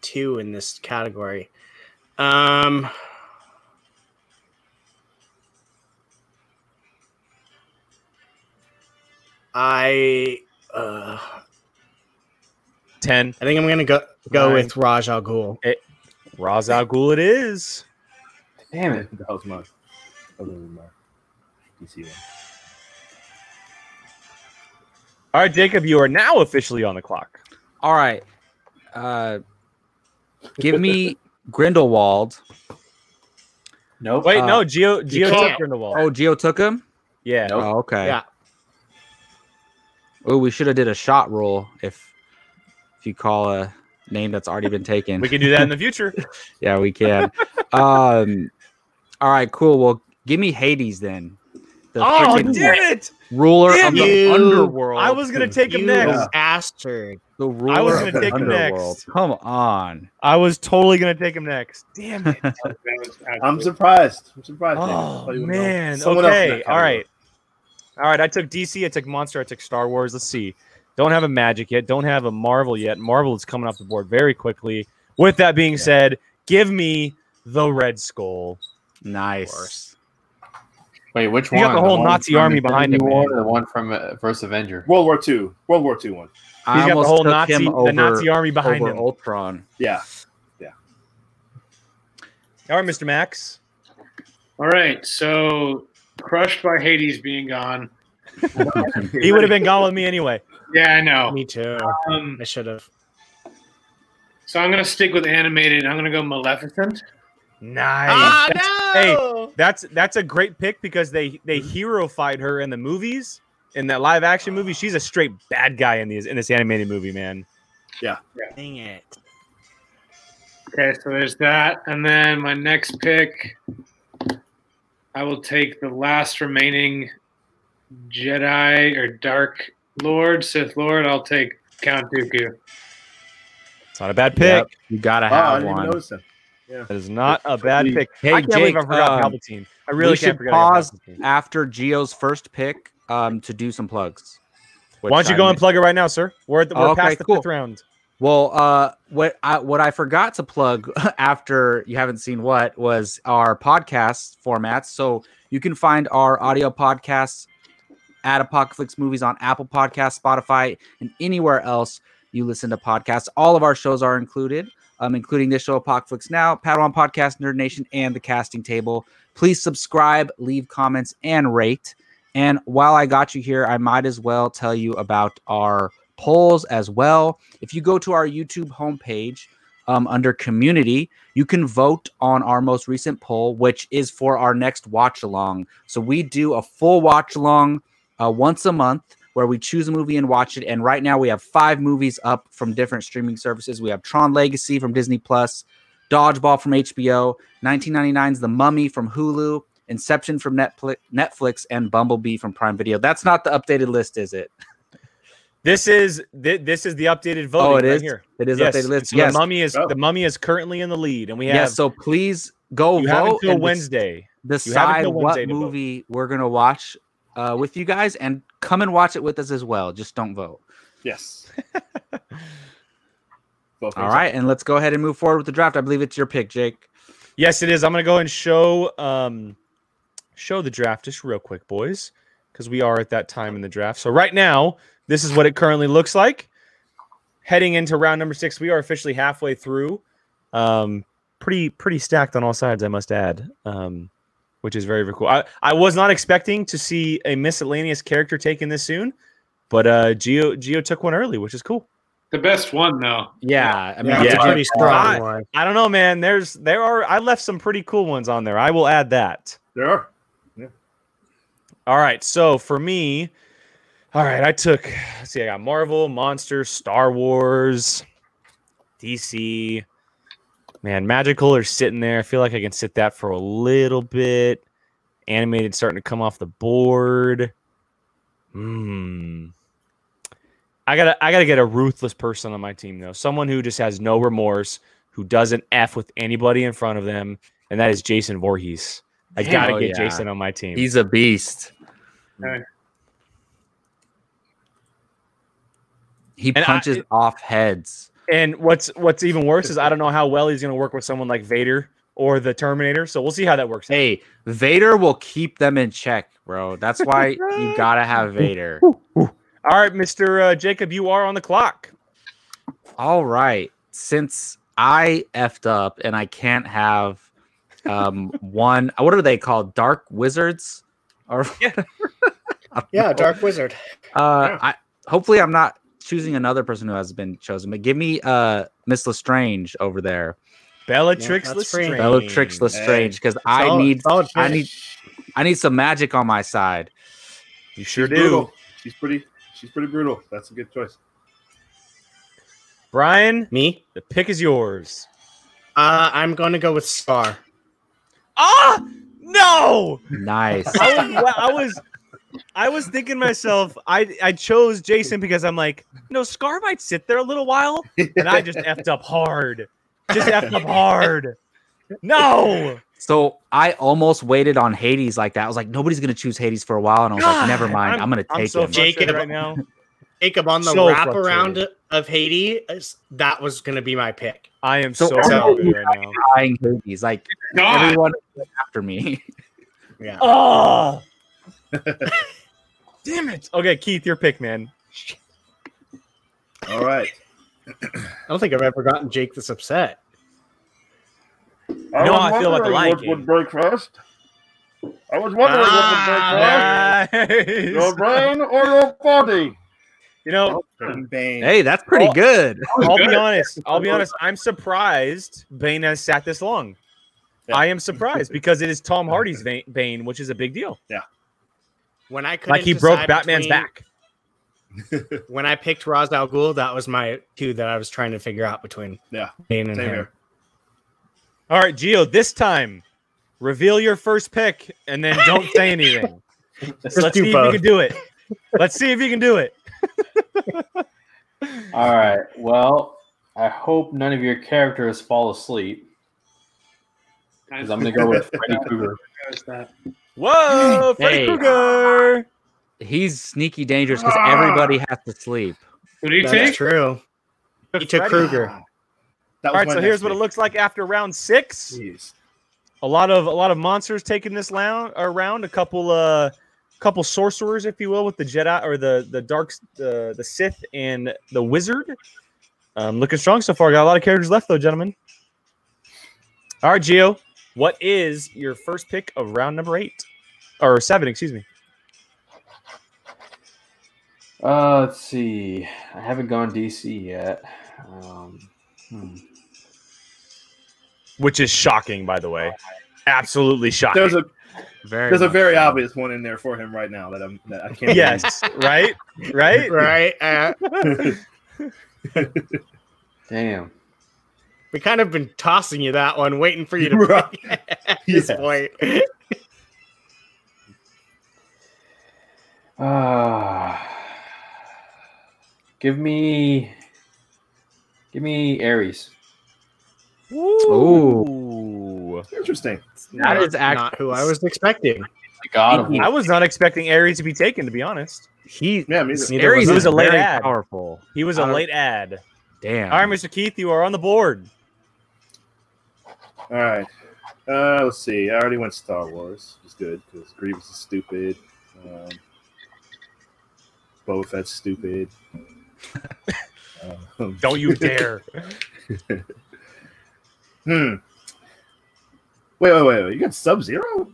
two in this category. Um, I uh, Ten. I think I'm gonna go go Fine. with Raj Al Ghul. Ra's al Ghul. It is. Damn it. That was mine. That was my DC one. All right, Jacob, you are now officially on the clock. All right. Uh, give me Grindelwald. Nope. Wait, Uh, no, Geo Geo can't. took Grindelwald. Oh, Geo took him. yeah. Nope. Oh, okay. Yeah. Oh, we should have did a shot roll if if you call a name that's already been taken. We can do that in the future. yeah, we can. um, all right, cool. Well, give me Hades then. The freaking Oh, it! ruler of Damn the you. underworld. I was gonna take him You next. bastard. the ruler I was of gonna the take him next. underworld. Come on. I was totally gonna take him next. Damn it! I'm surprised. I'm surprised. Nick. That's Oh all you know. man. Someone else in okay. that All category. right. All right. I took DC. I took Monster. I took Star Wars. Let's see. Don't have a Magic yet. Don't have a Marvel yet. Marvel is coming off the board very quickly. With that being said, give me the Red Skull. Nice. Wait, which You one? got the whole one Nazi from army behind Infinity him, War man. or the one from uh, First Avenger. World War II. World War II one. He's I got the almost whole took Nazi, him over, the Nazi army behind over him. All Ultron. Yeah. right, Mr. Max. All right, so crushed by Hades being gone. He would have been gone with me anyway. Yeah, I know. Me too. Um, I should have. so I'm gonna stick with animated. I'm gonna go Maleficent. Nice. Ah, that's, Hey, that's that's a great pick because they they heroified her in the movies. In that live action movie, she's a straight bad guy in these in this animated movie, man. Dang it. Okay, so there's that, and then my next pick, I will take the last remaining Jedi or Dark Lord, Sith Lord. I'll take Count Dooku. It's not a bad pick. Yep, you gotta Wow, I have didn't even one. notice that. That is not a bad pick. Hey, I can't Jake, believe I forgot um, Palpatine. I really we can't should forget about pause Palpatine. after Geo's first pick um, to do some plugs. Why don't you go and plug it right now, sir? We're at the, we're Okay, past the cool. fifth round. Well, uh, what I, what I forgot to plug after you haven't seen what was our podcast formats. So you can find our audio podcasts at Apocalypse Movies on Apple Podcasts, Spotify, and anywhere else you listen to podcasts. All of our shows are included, um, including this show, Apocalypse Now, Padawan Podcast, Nerd Nation, and The Casting Table. Please subscribe, leave comments, and rate. And while I got you here, I might as well tell you about our polls as well. If you go to our YouTube homepage um, under community, you can vote on our most recent poll, which is for our next watch along. So we do a full watch along uh, once a month where we choose a movie and watch it. And right now we have five movies up from different streaming services. We have Tron Legacy from Disney Plus, Dodgeball from HBO, 1999's The Mummy from Hulu, Inception from Netflix, Netflix, and Bumblebee from Prime Video. That's not the updated list, is it? This is thi- this is the updated voting Oh, it is. right here. It is yes. updated list. So yes. The mummy is Oh. the mummy is currently in the lead, and we have yes. So please go you have vote until and dec- Wednesday. decide until what Wednesday to vote. movie we're gonna watch uh, with you guys, and come and watch it with us as well. Just don't vote. Yes. Both All things. right, and let's go ahead and move forward with the draft. I believe it's your pick, Jake. Yes, it is. I'm gonna go and show um show the draft just real quick, boys, because we are at that time in the draft. So right now, this is what it currently looks like. Heading into round number six, we are officially halfway through. Um, pretty pretty stacked on all sides, I must add. Um, which is very very cool. I, I was not expecting to see a miscellaneous character taken this soon, but uh, Geo Geo took one early, which is cool. The best one though. Yeah, I mean, Yeah, it's Yeah. a pretty strong Alright. one. I don't know, man. There's there are I left some pretty cool ones on there. I will add that. There are. All right, so for me, all right, I took let's see, I got Marvel, Monster, Star Wars, DC. Man, magical are sitting there. I feel like I can sit that for a little bit. Animated starting to come off the board. Hmm. I gotta I gotta get a ruthless person on my team though. Someone who just has no remorse, who doesn't F with anybody in front of them, and that is Jason Voorhees. I Damn. gotta Oh, get yeah. Jason on my team. he's a beast. Alright. He And I- punches off heads. And what's what's even worse is I don't know how well he's going to work with someone like Vader or the Terminator. So we'll see how that works. out. Hey, Vader will keep them in check, bro. That's why you gotta have Vader. All right, Mister uh, Jacob, you are on the clock. All right. Since I effed up and I can't have um one what are they called? Dark wizards? Or Yeah. I don't Yeah, know. Dark Wizard. Uh, I hopefully I'm not choosing another person who has been chosen, but give me uh Miss Lestrange over there, Bellatrix that's free. Lestrange. Bellatrix Lestrange, because I Solid- need solid I pick. need I need some magic on my side. You sure do. Brutal. She's pretty. She's pretty brutal. That's a good choice. Brian, Me? the pick is yours. Uh, I'm going to go with Scar. Ah, no! Nice. I was, well, I was, I was thinking myself. I I chose Jason because I'm like, no, Scar might sit there a little while, and I just effed up hard, just effed up hard. No, so I almost waited on Hades like that. I was like, nobody's gonna choose Hades for a while, and I was like, never God, mind, I'm, gonna I'm take so him. Jake- Jacob. frustrated right now. Jacob on the So wraparound frustrated. of Haiti. is- That was going to be my pick. I am so, So- frustrated right now. Dying Hades, like God, everyone after me. Yeah. Oh, damn it! Okay, Keith, your pick, man. All right. I don't think I've ever gotten Jake this upset. I know was how I feel about the wondering Lion what King. would break first. I was wondering Ah, Nice. what would break first. Your brain or your body? You know, Hey, that's pretty Oh. good. I'll be good. honest. I'll be honest. I'm surprised Bane has sat this long. Yeah. I am surprised because it is Tom Hardy's vein, Bane, which is a big deal. When I couldn't Like he broke decide Batman's between- back. When I picked Ra's al Ghul, that was my two that I was trying to figure out between. Yeah. Bane and Same him. here. All right, Geo. This time, reveal your first pick and then don't say anything. Let's Let's do see both. if you can do it. Let's see if you can do it. All right. Well, I hope none of your characters fall asleep because I'm going to go with Freddy Krueger. that. Whoa, Freddy Hey. Krueger. He's sneaky dangerous because everybody has to sleep. What do you That's take? true. He took Freddy. Kruger. That All right, so my here's next what it pick. looks like after round six. Jeez. a lot of a lot of monsters taking this round around a couple uh couple sorcerers if you will with the jedi or the the dark the the sith and the wizard um looking strong so far got a lot of characters left though gentlemen all right geo what is your first pick of round number eight or seven excuse me Uh, let's see. I haven't gone DC yet. Um, hmm. which is shocking by the way absolutely shocking There's a Very there's a much very so. obvious one in there for him right now that I'm that I can't. yes right right Right. Uh, Damn. we kind of been tossing you that one, waiting for you to Right. pick at this Yes. point. Uh, give me, give me Aries. Ooh. Interesting. That is act- not who I was expecting. The god of i was not expecting aries to be taken to be honest He Yeah, me neither. Neither Aries was is a late very ad. powerful. He was a I don't- late ad. Damn. All right, Mr. Keith, you are on the board. All right. Uh, let's see. I already went Star Wars, which is good because Grievous is stupid. Um, Boba Fett's stupid. um, Don't you dare. hmm. Wait, wait, wait, wait. You got Sub Zero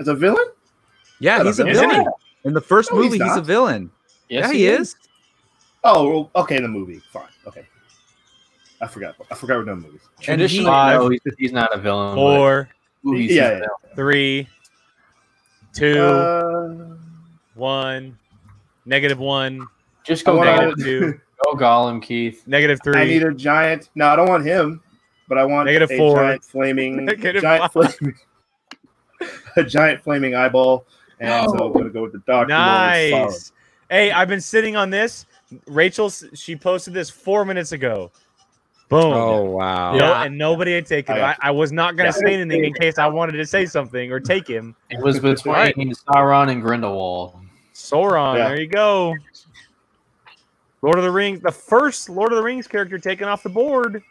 as a villain? yeah, he's a Isn't villain. In the first No, he's movie, he's, a not. villain. yeah, he, is. Oh, well, okay. In the movie, fine. Okay. I forgot. I forgot we're doing movies. And he- Traditionally, no, he's, he's not a villain. but Four, movies, he's Yeah, a yeah. villain. three, two, Uh, one, negative one, Just I go wanna- Gollum. negative two, Go Gollum, Keith. negative I need three. a giant. No, I don't want him, but I want Negative a four. giant flaming, Negative giant five. flaming, a giant flaming eyeball. And so I'm gonna go with the doctor. Nice. Hey, I've been sitting on this. Rachel, s- she posted this four minutes ago. Boom. Oh wow. No- Yeah. And nobody had taken I it. I, got I was not going Yeah. to say anything in case I wanted to say something or take him. It was between Right. Sauron and Grindelwald. Sauron. Yeah. There you go. Lord of the Rings, the first Lord of the Rings character taken off the board.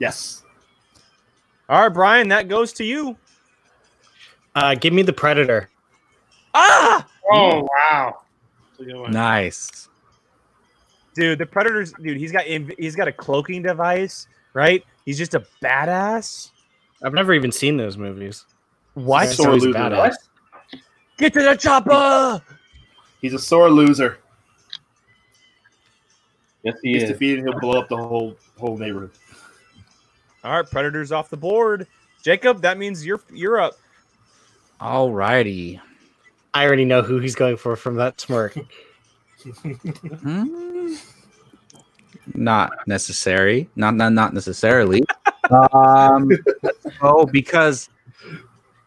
Yes. All right, Brian, that goes to you. Uh, give me the Predator. Ah, Oh wow. That's a good one. Nice. dude, the Predators, dude, he's got inv- he's got a cloaking device, right? He's just a badass. I've never even seen those movies. What? That's Sore always loser. badass. What? Get to the chopper. He's a sore loser. Yes, he He's is. defeated. He'll blow up the whole whole neighborhood. All right, Predators off the board. Jacob, that means you're you're up. All righty. I already know who he's going for from that smirk. Oh, Hmm. Not necessary. Not not not necessarily. um, oh, because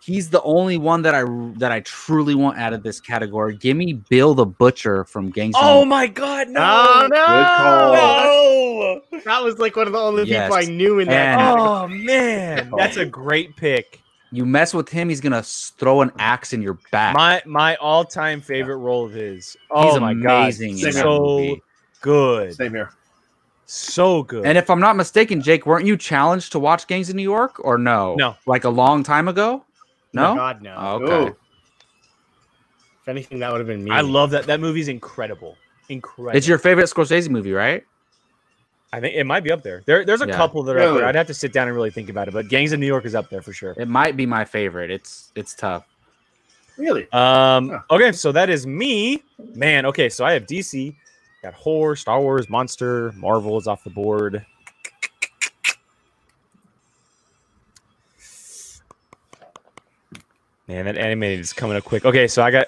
he's the only one that I that I truly want out of this category. Give me Bill the Butcher from Gangs. Oh my God, no! Oh, no! no! That was like one of the only Yes. people I knew in And- that. category. Oh man, that's a great pick. You mess with him, he's gonna s- throw an axe in your back. My my all time favorite role of his. Oh he's my amazing. in god, that so movie. good, Same here. so good. And if I'm not mistaken, Jake, weren't you challenged to watch Gangs in New York or no? No. Like a long time ago? Oh my No? God, no. Oh, okay. Oh, If anything, that would have been me. I love that that movie's incredible, incredible. It's your favorite Scorsese movie, right? I think it might be up there. There, there's a Yeah. couple that are up Really? there. I'd have to sit down and really think about it. But Gangs of New York is up there for sure. It might be my favorite. It's it's tough. really? Um. Huh. Okay, so that is me, man. Okay, so I have DC, got horror, Star Wars, monster, Marvel is off the board. Man, that animated is coming up quick. Okay, so I got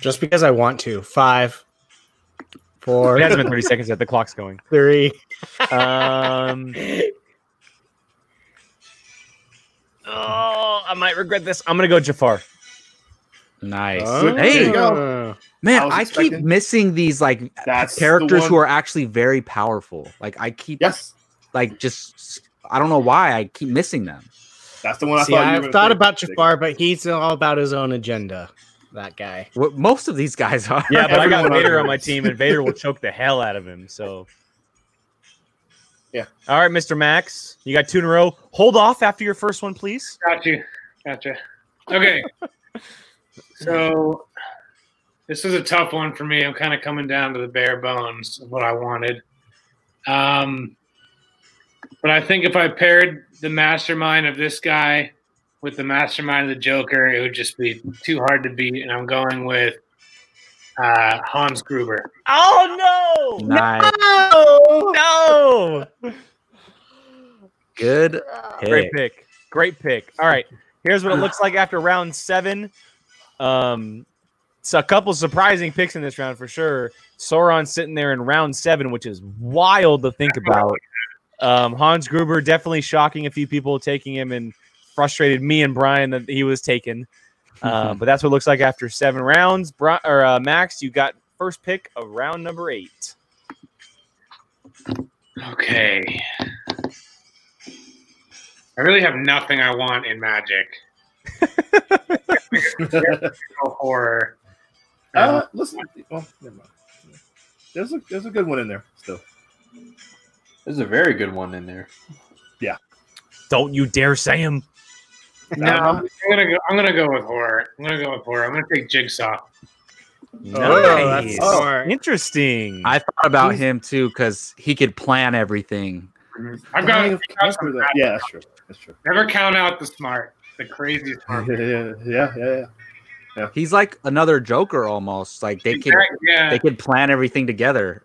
just because I want to. Five, it four, hasn't been thirty seconds yet. The clock's going. three. Um. Oh, I might regret this. I'm gonna go Jafar. Nice. Oh. Hey, There you go. I man, was I, keep expecting- missing these like Uh, That's the characters who one. are actually very powerful. Like I keep Yes, like just I don't know why I keep missing them. that's the one I See, thought. you were I've gonna thought pick. about Jafar, but he's all about his own agenda. That guy. What most of these guys are. Yeah, but I got Everyone Vader on on my this. team, and Vader will choke the hell out of him. So, Yeah. All right, Mr. Max, you got two in a row. Hold off after your first one, please. Gotcha. Gotcha. Okay. so this is a tough one for me. I'm kind of coming down to the bare bones of what I wanted. Um, but I think if I paired the mastermind of this guy with the mastermind of the Joker, it would just be too hard to beat. And I'm going with uh, Hans Gruber. Oh no! Nice. Oh! No! No! Good Great pick. pick. Great pick. All right, here's what it looks like after round seven. Um, so a couple surprising picks in this round for sure. Sauron sitting there in round seven, which is wild to think about. Um, Hans Gruber definitely shocking a few people taking him and frustrated me and Brian that he was taken. Uh, but that's what it looks like after seven rounds. Bri- or uh, Max, you got first pick of round number eight. Okay. I really have nothing I want in magic. No Oh, horror. uh, listen. Oh, never mind. There's a there's a good one in there still. There's a very good one in there. Don't you dare say him. No, I'm gonna go. I'm gonna go with horror. I'm gonna go with horror. I'm gonna take Jigsaw. Oh, Nice. Oh, that's smart. Interesting. I thought about He's- him too because he could plan everything. I've got Dying of cancer, though. yeah, that's true. That's true. never count out the smart, the crazy yeah, smart. yeah, yeah, yeah. He's like another Joker almost. Like they could Right, yeah, they could plan everything together.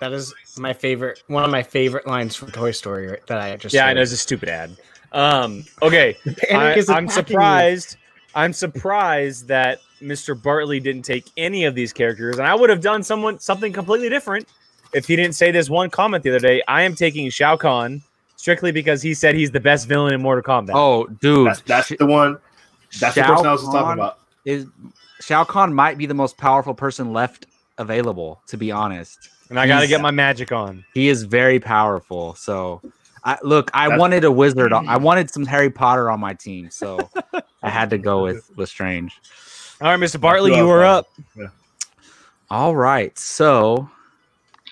That is my favorite, one of my favorite lines from Toy Story right- that I just. yeah, I heard. know it's a stupid ad. Um, okay. Panic is I, attacking am you. surprised. I'm surprised that Mr. Bartley didn't take any of these characters, and I would have done someone something completely different if he didn't say this one comment the other day. I am taking Shao Kahn strictly because he said he's the best villain in Mortal Kombat. Oh, dude. That's that's Sh- the one. That's the Shao person I was just Kahn talking about. Is Shao Kahn might be the most powerful person left available, to be honest. and I got to he's- get my magic on. He is very powerful. So I look, I That's- wanted a wizard. on- I wanted some Harry Potter on my team, so I had to go with Lestrange. All right, Mr. Bartley, That's what you I are was up. All right. So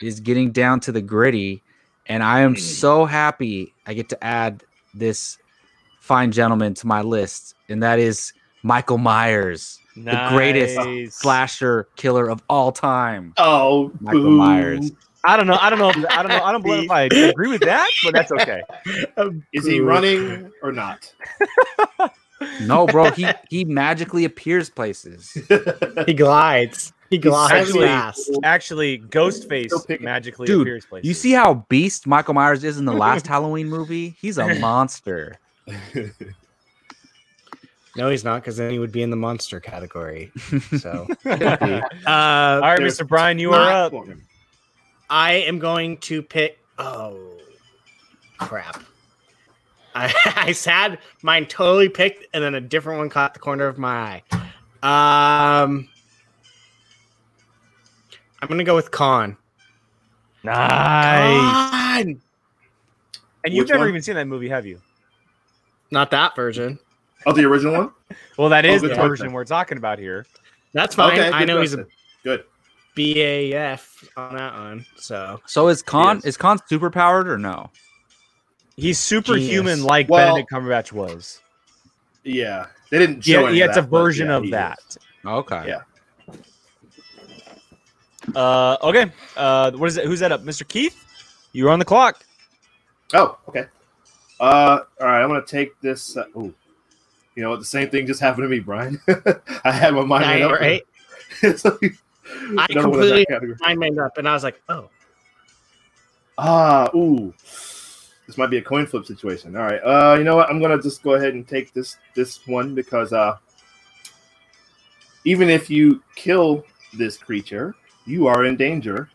it is getting down to the gritty. And I am so happy I get to add this fine gentleman to my list. And that is Michael Myers, The greatest Nice. slasher killer of all time. Oh, Michael boo. Myers. I don't know. I don't know. If, I don't know. I don't believe I agree with that, but that's okay. Is he running or not? No, bro, he he magically appears places. He glides. He glides actually- fast. Actually, Still pick Ghostface it. magically Dude, appears places. You see how beast Michael Myers is in the last Halloween movie? He's a monster. No, he's not, because then he would be in the monster category. So All uh, right, There's Mr. Brian, you are not- up. I am going to pick. Oh, crap. I, I had mine totally picked, and then a different one caught the corner of my eye. Um, I'm going to go with Con. Nice. Con! And you've Which never one? even seen that movie, have you? Not that version. Oh, the original one? Well, that is Oh, good the question. version we're talking about here. That's fine. Okay, I good know question. good. he's a BAF on that one. So So is Khan Yes. is Khan superpowered or no? He's superhuman, Genius. like Well- Benedict Cumberbatch was. Yeah. They didn't show Yeah, any yeah, of it's that, a but version yeah, of he that. Okay. Yeah. Uh, okay. Uh, what is it? Who's that up? Mr. Keith? You're on the clock. is. Oh, okay. Uh, all right. I'm gonna take this. Uh, oh, you know what? The same thing just happened to me, Brian. I had my mind I, made up. right, It's like- another one in that completely- category. I made up, and I was like, oh, Ah, ooh. This might be a coin flip situation. All right. Uh, you know what? I'm gonna just go ahead and take this this one because uh, even if you kill this creature, you are in danger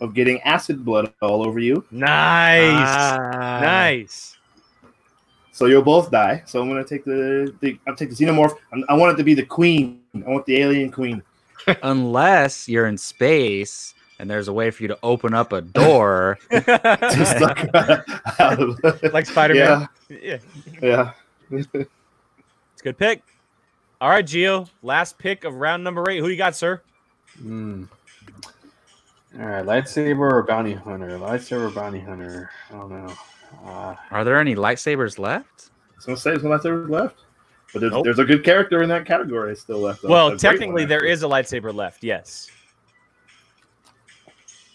of getting acid blood all over you. Ah. Nice. Ah. nice. So you'll both die. So I'm gonna take the, the I'll take the xenomorph. I'm, I want it to be the queen. I want the alien queen. Unless you're in space and there's a way for you to open up a door. Just like, out of- like Spider Man. yeah, Yeah. yeah. It's a good pick. All right, Gio. Last pick of round number eight. Who you got, sir? Mm. All right, lightsaber or bounty hunter? Lightsaber or bounty hunter? I don't know. Uh, Are there any lightsabers left? So I'm gonna say it's my favorite left. But there's, Nope. there's a good character in that category still left. though. A well, great technically, one, there actually. is a lightsaber left. Yes.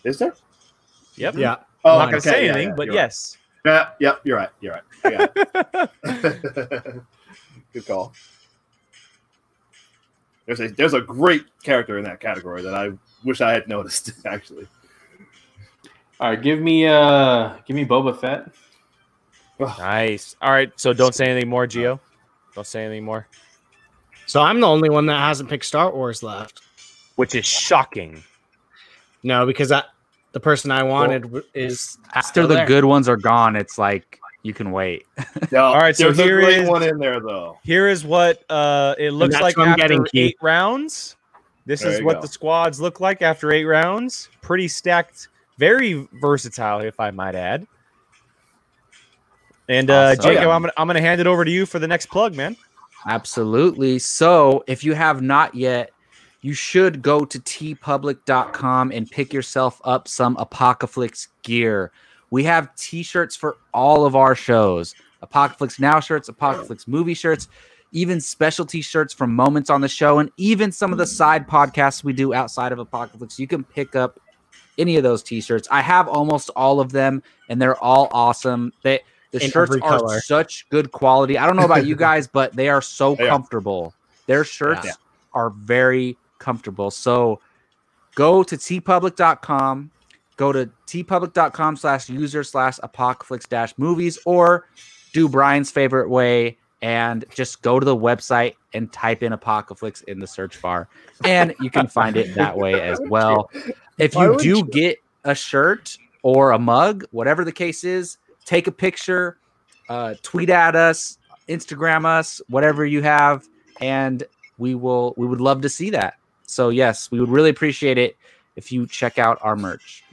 Is there? Yep. yeah. Oh, I'm not going to say anything, but you're right. yes. Yeah, yep, you're right. You're right. I got it. Good call. There's a there's a great character in that category that I wish I had noticed. Actually, all right, give me uh, give me Boba Fett. Nice. All right. So don't say anything more, Gio. Don't say anything more. So I'm the only one that hasn't picked Star Wars left. Which is shocking. No, because I, the person I wanted w is After still the there. good ones are gone, it's like you can wait. No, All right, so there's a here great is- one in there though. Here is what uh, it looks that's like what I'm after getting, Keith. eight rounds. This There is you what go. the squads look like after eight rounds. Pretty stacked, very versatile, if I might add. And uh, Awesome. Jacob, Yeah. I'm gonna I'm gonna hand it over to you for the next plug, man. Absolutely. So if you have not yet, you should go to tpublic.com and pick yourself up some Apocalypse gear. We have t shirts for all of our shows Apocalypse Now shirts, Apocalypse movie shirts, even specialty shirts from moments on the show, and even some of the side podcasts we do outside of Apocalypse. You can pick up any of those t shirts. I have almost all of them, and they're all awesome. They, the In shirts every are color. such good quality. I don't know about you guys, but they are so They are. comfortable. Their shirts Yeah. are very comfortable. So go to tpublic.com, go to tpublic.com slash user slash apocalypse dash movies, or do Brian's favorite way and just go to the website and type in apocalypse in the search bar. And you can find it that way as well. If Why you would do you? get a shirt or a mug, whatever the case is, take a picture, uh, tweet at us, Instagram us, whatever you have, and we will we would love to see that. So yes, we would really appreciate it if you check out our merch.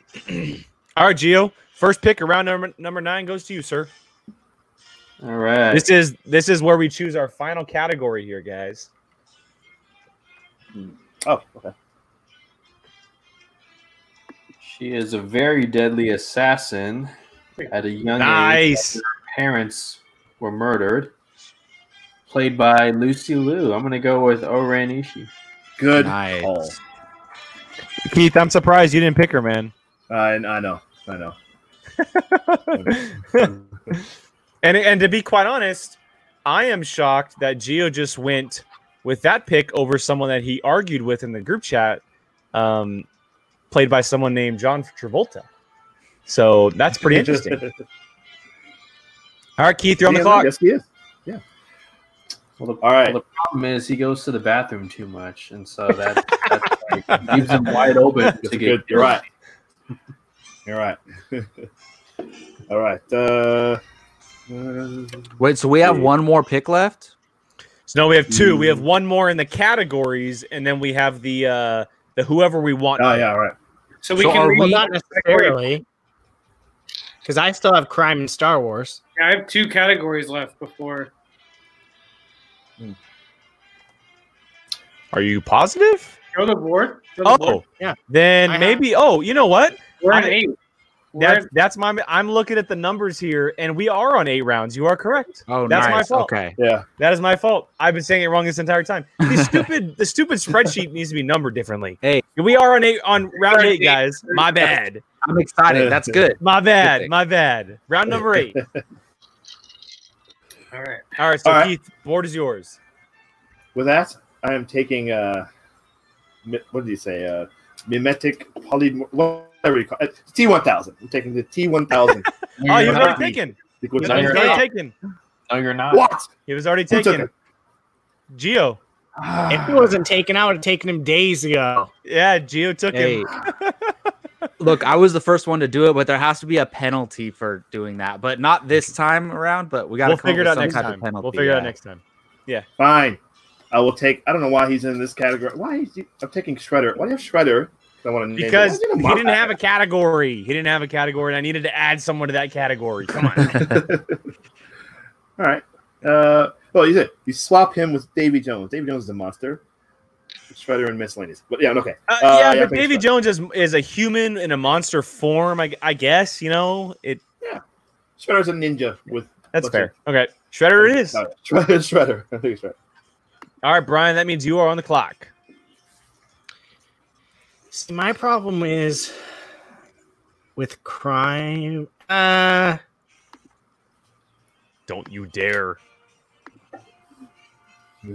All right, Gio. First pick around number number nine goes to you, sir. All right, This is this is where we choose our final category here, guys. Oh, okay. she is a very deadly assassin. At a young age, Nice. parents were murdered. Played by Lucy Liu. I'm gonna go with Oren Ishii. Good Nice. call. Keith, I'm surprised you didn't pick her, man. I, I know. I know. and and to be quite honest, I am shocked that Geo just went with that pick over someone that he argued with in the group chat, um, played by someone named John Travolta. So that's pretty interesting. All right, Keith, you're on the Yeah, clock. Yes, he is. Well, the, All right. well, the problem is he goes to the bathroom too much, and so that that's like, leaves him wide open That's to get. a good. You're right. You're right. All right. Uh, uh, Wait, so we have Yeah. one more pick left? So now we have two. We Mm. have one more in the categories, and then we have the uh, the whoever we want. oh yeah. All right. So we So can are read. we- Well, not necessarily, because I still have crime and Star Wars. I have two categories left before. Are you positive? Show the board. Show the Oh, board. yeah. Then I have- maybe. Oh, you know what? we're on I- eight. We're That's in- that's my. I'm looking at the numbers here, and we are on eight rounds. You are correct. Oh, That's my nice. fault. Okay. Yeah. That is my fault. I've been saying it wrong this entire time. The stupid, the stupid spreadsheet needs to be numbered differently. Hey. we are on eight on round Sorry, eight, Keith. guys. My bad. I'm excited. That's good. My bad. thing. My bad. Round number eight. All right. All right. So All right. Keith, board is yours. With that, I am taking. Uh, mi- what did you say? Uh, mimetic poly. Whatever you call it. T one thousand. I'm taking the T one thousand. Oh, No, he you're was not. already taken. He was No, you're already not. taken. No, you're not. What? He was already Who took taken. it? Geo. If Ah. he wasn't taken, I would have taken him days Oh. ago. Yeah, Geo took Hey. him. Look, I was the first one to do it, but there has to be a penalty for doing that. But not this time around. But we got to We'll figure it out next time. We'll figure it out next time. Fine. I will take. I don't know why he's in this category. Why is he? I'm taking Shredder. Why do you have Shredder? I want to name it. Why Because is it a he mop? didn't have a category. He didn't have a category, and I needed to add someone to that category. Come on. All right. Uh, well, you said you swap him with Davy Jones. Davy Jones is a monster. Shredder and miscellaneous. But yeah, okay. Uh, Uh, yeah, yeah, I but think Davy so. Jones is is a human in a monster form. I, I guess you know it. Shredder's a ninja with. That's Looks fair. Okay, Shredder it is. Uh, Shredder. Shredder. I think it's Shredder. All right, Brian. That means you are on the clock. See, my problem is with crime. Uh, Don't you dare!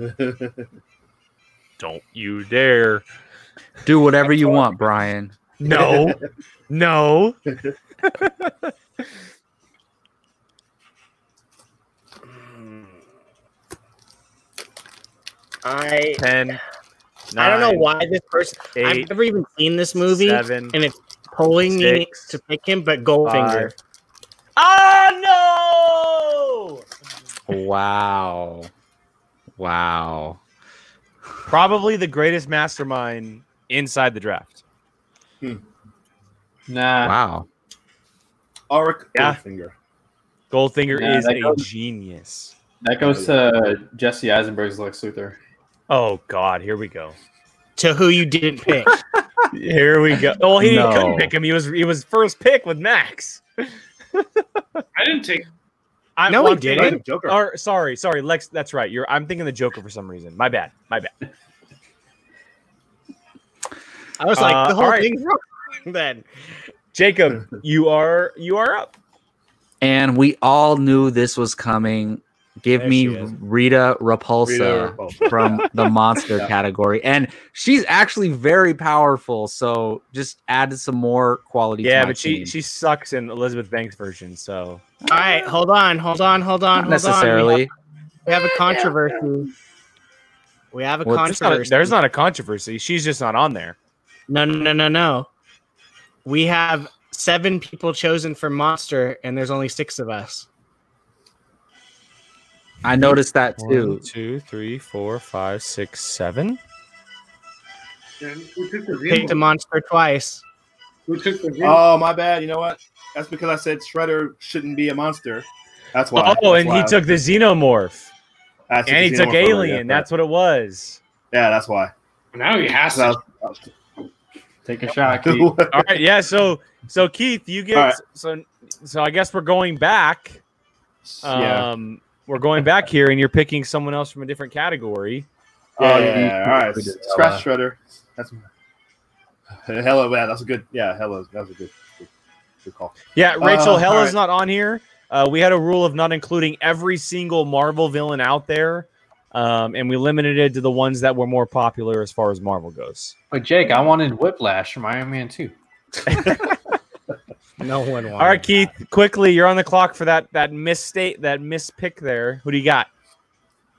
Don't you dare! Do whatever you want, Brian. No, no. I Ten. I don't know nine, why this person. i I've Eight, never even seen this movie, seven. and it's pulling me six, to pick him. But Goldfinger. five. Ah no! Wow. Wow. Probably the greatest mastermind inside the draft. Nah. Wow. Auric Yeah. Finger. Goldfinger Yeah, is that a goes- genius. That goes to Jesse Eisenberg's Lex Luthor. Oh God, here we go. To who you didn't pick? Here we go. Well, he No. couldn't pick him. He was he was first pick with Max. I didn't take. I, No, well, he I'm didn't. thinking- Joker. Or sorry, sorry, Lex. That's right. You're. I'm thinking the Joker for some reason. My bad. My bad. I was like, Uh, the whole all right. thing's wrong. Then Jacob, you are you are up. And we all knew this was coming. Give There me she is. Rita Repulsa Rita Repulsa. from the monster Yeah. category. And she's actually very powerful. So just added some more quality yeah, to my but she team. she sucks in Elizabeth Banks version. So all right, hold on, hold on, hold on, not hold on. necessarily. We have, we have a controversy. We have a Well, There's not, a, controversy. there's not a controversy. She's just not on there. No, no, no, no, no. We have seven people chosen for monster, and there's only six of us. I noticed that One, too. two, three, four, five, six, seven. Who took the Picked a Zemo? monster twice. Who took the Zemo? Oh, my bad. You know what? That's because I said Shredder shouldn't be a monster. That's why. Oh, That's and why he I- took the xenomorph. I said And he took Xenomorph earlier. Alien. That's what it was. yeah. That's why. now he has to. So- Take a shot. Keith. All right, yeah. So, so Keith, you get All right. so so. I guess we're going back. Um, Uh, yeah. we're going back here, and you're picking someone else from a different category. Oh, Yeah, you- yeah, all right. we did that last. Scratch Shredder. That's hello. Yeah, that's a good. Yeah, hello. That was a good, good, good call. Yeah, Rachel Uh, Hella's all right. not on here. Uh, we had a rule of not including every single Marvel villain out there, um, and we limited it to the ones that were more popular as far as Marvel goes. But Jake, I wanted Whiplash from Iron Man 2. No one wants. All right, Keith, quickly, you're on the clock for that that misstate, that mispick there. Who do you got?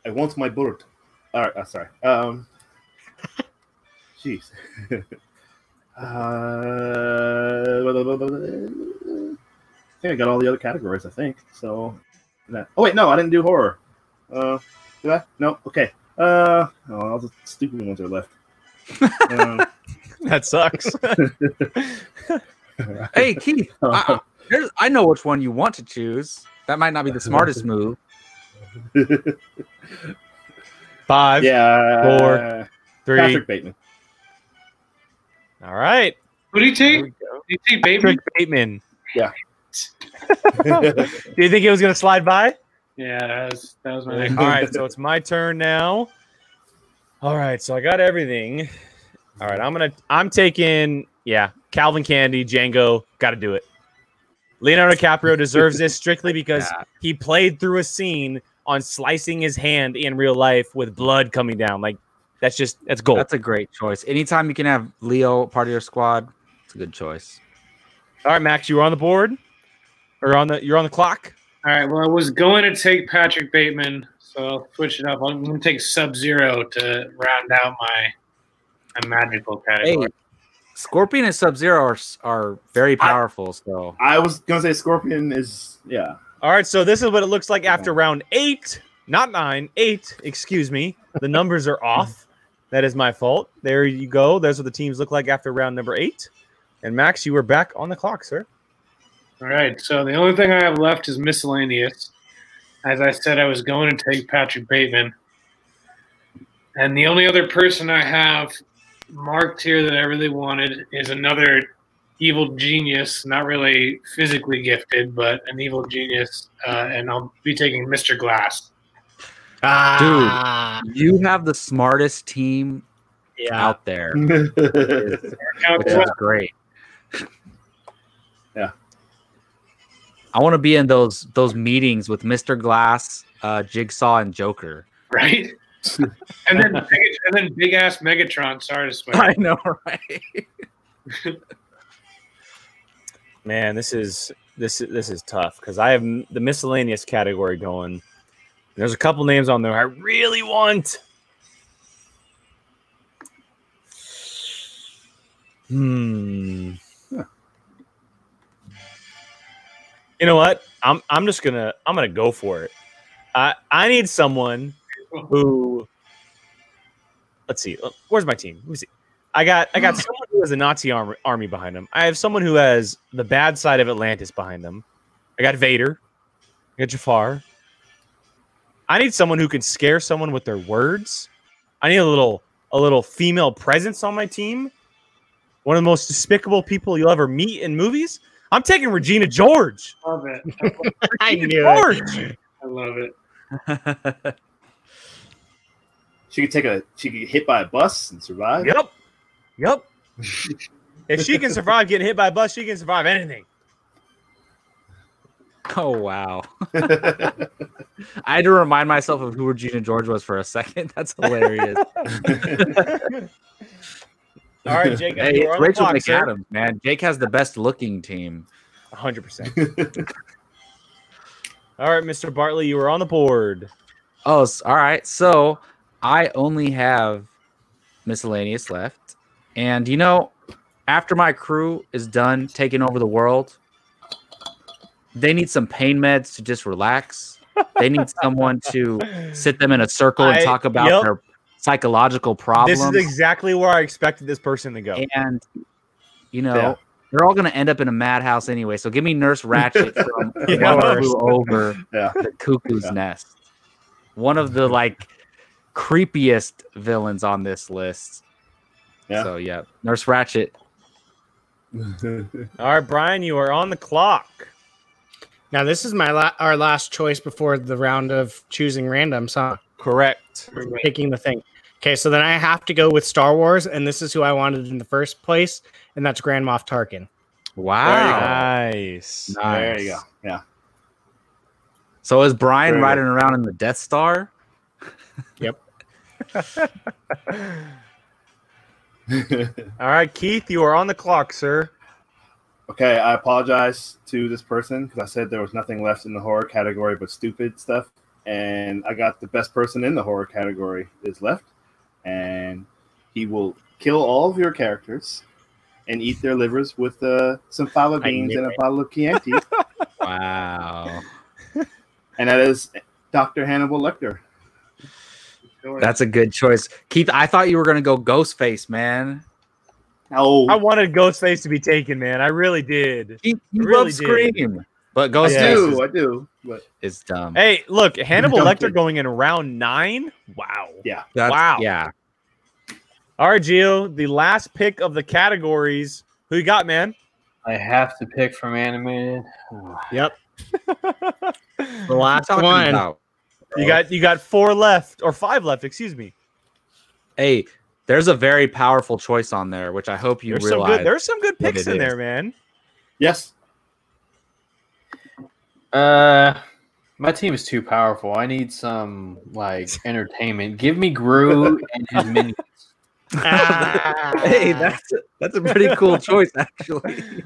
I want my bird. All right, uh, sorry. Um, jeez. uh, blah, blah, blah, blah, blah. I think I got all the other categories. I think so. That, oh wait, no, I didn't do horror. Uh, did I? No. Okay. Uh, oh, all the stupid ones are left. um, That sucks. Hey Keith, Uh, I, there's- I know which one you want to choose. That might not be the smartest move. Five, yeah. uh, Four, three. Patrick Bateman. All right, Who do you there take? we Do go. you take Bateman? Patrick Bateman. Yeah. do you think it was gonna slide by? Yeah, that was, that was my next. All right, so it's my turn now. All right, so I got everything. All right, I'm gonna I'm taking yeah, Calvin Candy, Django, gotta do it. Leonardo DiCaprio deserves this strictly because Yeah. he played through a scene on slicing his hand in real life with blood coming down. Like that's just that's gold. That's a great choice. Anytime you can have Leo part of your squad, it's a good choice. All right, Max, you were on the board or on the you're on the clock. All right. Well, I was going to take Patrick Bateman, so I'll switch it up. I'm going to take Sub Zero to round out my my magical Hey, category. Scorpion and Sub Zero are s- are very powerful. So I was gonna say Scorpion is yeah. All right, so this is what it looks like after round eight, not nine, eight. Excuse me, the numbers are off. That is my fault. There you go. There's what the teams look like after round number eight. And Max, you were back on the clock, sir. All right. So the only thing I have left is miscellaneous. As I said, I was going to take Patrick Bateman. And the only other person I have marked here that I really wanted is another evil genius, not really physically gifted, but an evil genius. Uh, and I'll be taking Mr. Glass. Ah, you have the smartest team Yeah. out there, Now, which is great. Yeah. I want to be in those those meetings with Mr. Glass, uh, Jigsaw, and Joker. right? and then big, and then big ass Megatron. Sorry to swear. I know, right? Man, this is this is this is tough because I have m- the miscellaneous category going. There's a couple names on there I really want. Hmm. You know what? I'm I'm just gonna I'm gonna go for it. I I need someone who. Let's see. uh, Where's my team? Let me see. I got I got someone who has a Nazi arm, army behind him. I have someone who has the bad side of Atlantis behind them. I got Vader. I got Jafar. I need someone who can scare someone with their words. I need a little a little female presence on my team. One of the most despicable people you'll ever meet in movies. I'm taking Regina George. Love it. I knew it. George. I love it. she could take a she could get hit by a bus and survive. Yep. Yep. if she can survive getting hit by a bus, she can survive anything. oh wow! I had to remind myself of who Regina George was for a second. That's hilarious. All right, Jake. Hey, you are it's Rachel on the clock, sir. McAdams, man. Jake has the best looking team. hundred percent. All right, Mr. Bartley, you were on the board. Oh, s- all right. So I only have miscellaneous left. And you know, after my crew is done taking over the world, they need some pain meds to just relax. They need someone to sit them in a circle and I- talk about yep. their psychological problems. This is exactly where I expected this person to go. and you know Oh. Yeah. they're all going to end up in a madhouse anyway. So give me Nurse Ratchet from Yeah. One Flew over Yeah. the Cuckoo's Yeah. Nest, one of the like creepiest villains on this list. Yeah. So yeah, Nurse Ratchet. All right, Brian, you are on the clock. Now this is my la- our last choice before the round of choosing randoms, huh? Correct. Picking the thing. Okay, so then I have to go with Star Wars, and this is who I wanted in the first place, and that's Grand Moff Tarkin. Wow. Nice. Nice. There you go. Yeah. So is Brian Right. riding around in the Death Star? All right, Keith, you are on the clock, sir. Okay, I apologize to this person because I said there was nothing left in the horror category but stupid stuff, and I got the best person in the horror category is left, and he will kill all of your characters and eat their livers with uh, some fava I beans knew and a it. bottle of Chianti, Wow. and that is Doctor Hannibal Lecter. That's a good choice. Keith, I thought you were gonna go Ghostface, man. oh, I wanted Ghostface to be taken, man. I really did. Keith, you Really love did. Scream. But I Ghostface do, I do, but is, is dumb. Hey, look, Hannibal Don't Lecter think- going in round nine. Wow. That's- wow. Yeah. All right, Gio, the last pick of the categories. Who you got, man? I have to pick from animated. The last What are you talking one. about? Oh. You got you got four left or five left, excuse me. Hey, there's a very powerful choice on there, which I hope you There's some realize. good there's some good what picks it in is. there, man. yes, Uh, my team is too powerful. I need some like entertainment. Give me Gru and his minions. Ah. hey, that's a, that's a pretty cool choice, actually.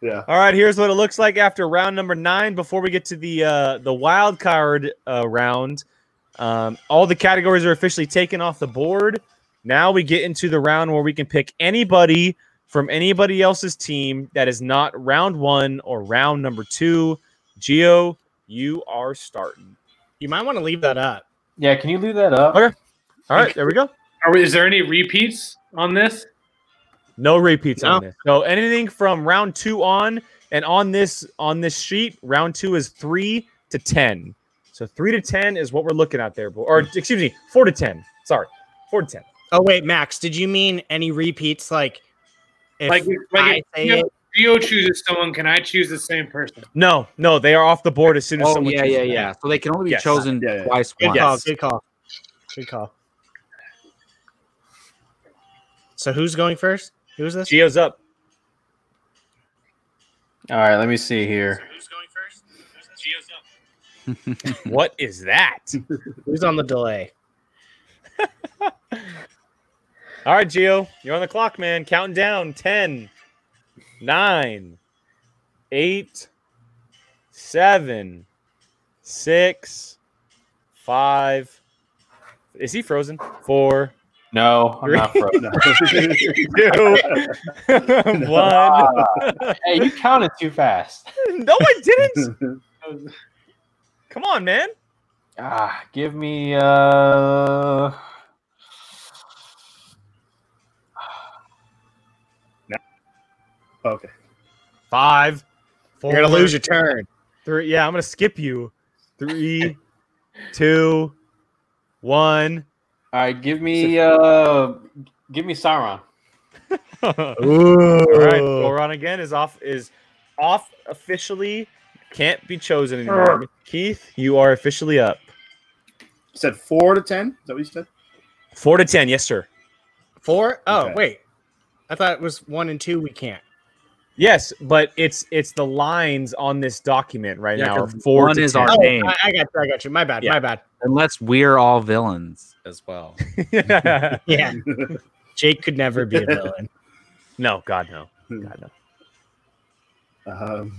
yeah. All right, here's what it looks like after round number nine. Before we get to the uh, the wild card uh, round, um, all the categories are officially taken off the board. Now we get into the round where we can pick anybody from anybody else's team that is not round one or round number two. Geo, you are starting. You might want to leave that up. Yeah, can you leave that up? Okay. All right, there we go. Are we, is there any repeats on this? No repeats No. on this. So anything from round two on, and on this on this sheet, round two is three to ten. So three to ten is what we're looking at there, bo- or excuse me, four to ten. Sorry, four to ten. Oh wait, Max, did you mean any repeats? Like, if Like, I like if say Geo, it, Geo chooses someone, can I choose the same person? No, no, they are off the board as soon as Oh, someone. yeah, chooses yeah, them. yeah. So they can only be Yes. chosen Yeah, yeah. twice good once. call, Yes. good call, good call. So who's going first? Who's this? Geo's up. All right, let me see here. who's going first? Geo's up. What is that? Who's on the delay? All right, Geo, you're on the clock, man. Counting down 10, 9, 8, 7, 6, 5. Is he frozen? 4, No, I'm not frozen. No. 2, 1. hey, you counted too fast. No, I didn't. Come on, man. Ah, give me uh. okay. 5, 4. You're gonna lose your turn. Three. Yeah, I'm going to skip you. 3, 2, 1. All right, give me uh, give me Sauron. Ooh. All right, Goron again is off is off officially. Can't be chosen anymore. Keith, you are officially up. You said four to ten. Is that what you said? Four to ten, yes, sir. Four? Oh, Okay. wait. I thought it was one and two. We can't. Yes, but it's it's the lines on this document right Yeah, now. are 'cause Four one to is 10. our Oh, name. I, I got you. I got you. My bad. Yeah. My bad. Unless we're all villains as well. Yeah. Jake could never be a villain. no, God no. God no. Um,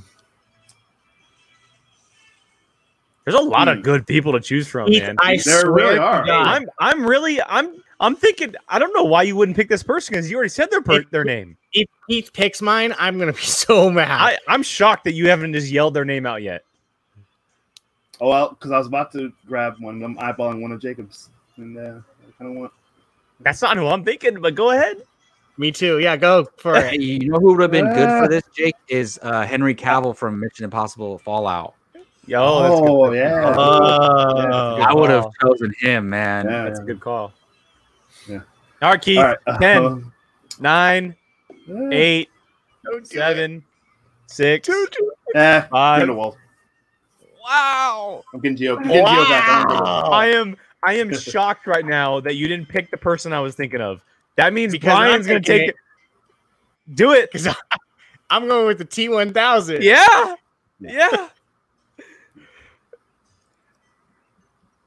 There's a lot Hmm. of good people to choose from, Keith, Oh, man. I uh, there swear really to are. God, I'm I'm really I'm I'm thinking I don't know why you wouldn't pick this person because you already said their per- their name. if Keith picks mine, I'm gonna be so mad. I, I'm shocked that you haven't just yelled their name out yet. Oh well, because I was about to grab one. I'm eyeballing one of Jacob's, and uh, I kind of want. That's not who I'm thinking, but go ahead. Me too. Yeah, go for it. you know who would have been good Ah. for this, Jake, is uh, Henry Cavill from Mission Impossible Fallout. Yo, that's good. Oh, yeah. Oh, I would have chosen him, man. Yeah, That's a good call. Yeah. All right, Keith. All right. uh, Ten. um, Nine, uh, eight, Don't do it. seven, six, eh, five. Grindelwald. Wow! I'm getting Geo. I'm getting Geo back. I'm getting Geo. Wow! I am I am shocked right now that you didn't pick the person I was thinking of. That means Because I'm Brian's gonna thinking take it. Do it. I'm going with the T1000. Yeah. Yeah. Yeah.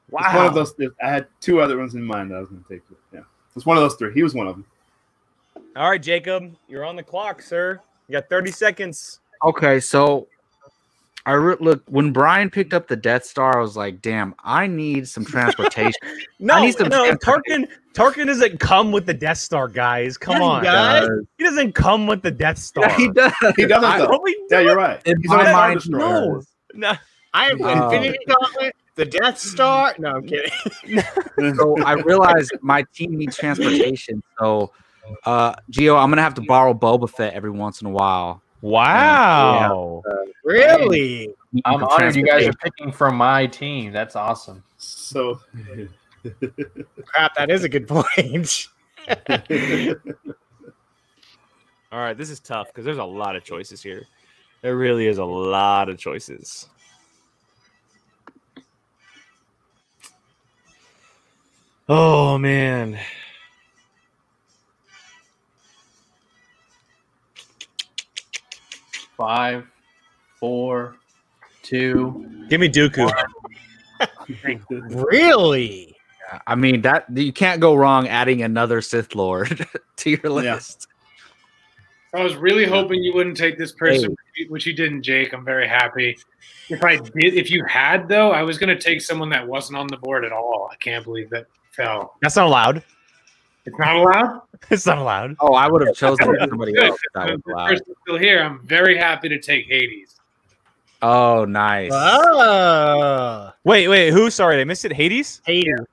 It's one of those. I had two other ones in mind that I was going to take. Yeah, it's one of those three. He was one of them. All right, Jacob, you're on the clock, sir. You got 30 seconds. Okay, so I re- look when Brian picked up the Death Star, I was like, "Damn, I need some transportation." No, I need some no, Tarkin. transportation. Tarkin doesn't come with the Death Star, guys. Come Yeah, he on, does. he doesn't come with the Death Star. Yeah, he does. He doesn't I- though. Oh, he Yeah, does. you're right. In on my a Star mind, Destroyer. no. No. I have Um, Infinity Gauntlet, the Death Star. No, I'm kidding. so I realized my team needs transportation. So, uh, Geo, I'm gonna have to borrow Boba Fett every once in a while. Wow. Really? I'm For honored you guys transportation. are picking from my team. That's awesome. So Oh, Crap, that is a good point. All right, this is tough because there's a lot of choices here. There really is a lot of choices. Oh man. Five, four, two. Give me Dooku. Really? I mean that you can't go wrong adding another Sith Lord to your list. I was really hoping you wouldn't take this person, which you didn't, Jake. I'm very happy. If I did, if you had though, I was going to take someone that wasn't on the board at all. I can't believe that fell. That's not allowed. It's not allowed. It's not allowed. Oh, I would have chosen somebody Good. else. if That was If this allowed. person's still here. I'm very happy to take Hades. Oh, nice. Oh, Wait, wait, who? Sorry, I missed it. Hades? Hater.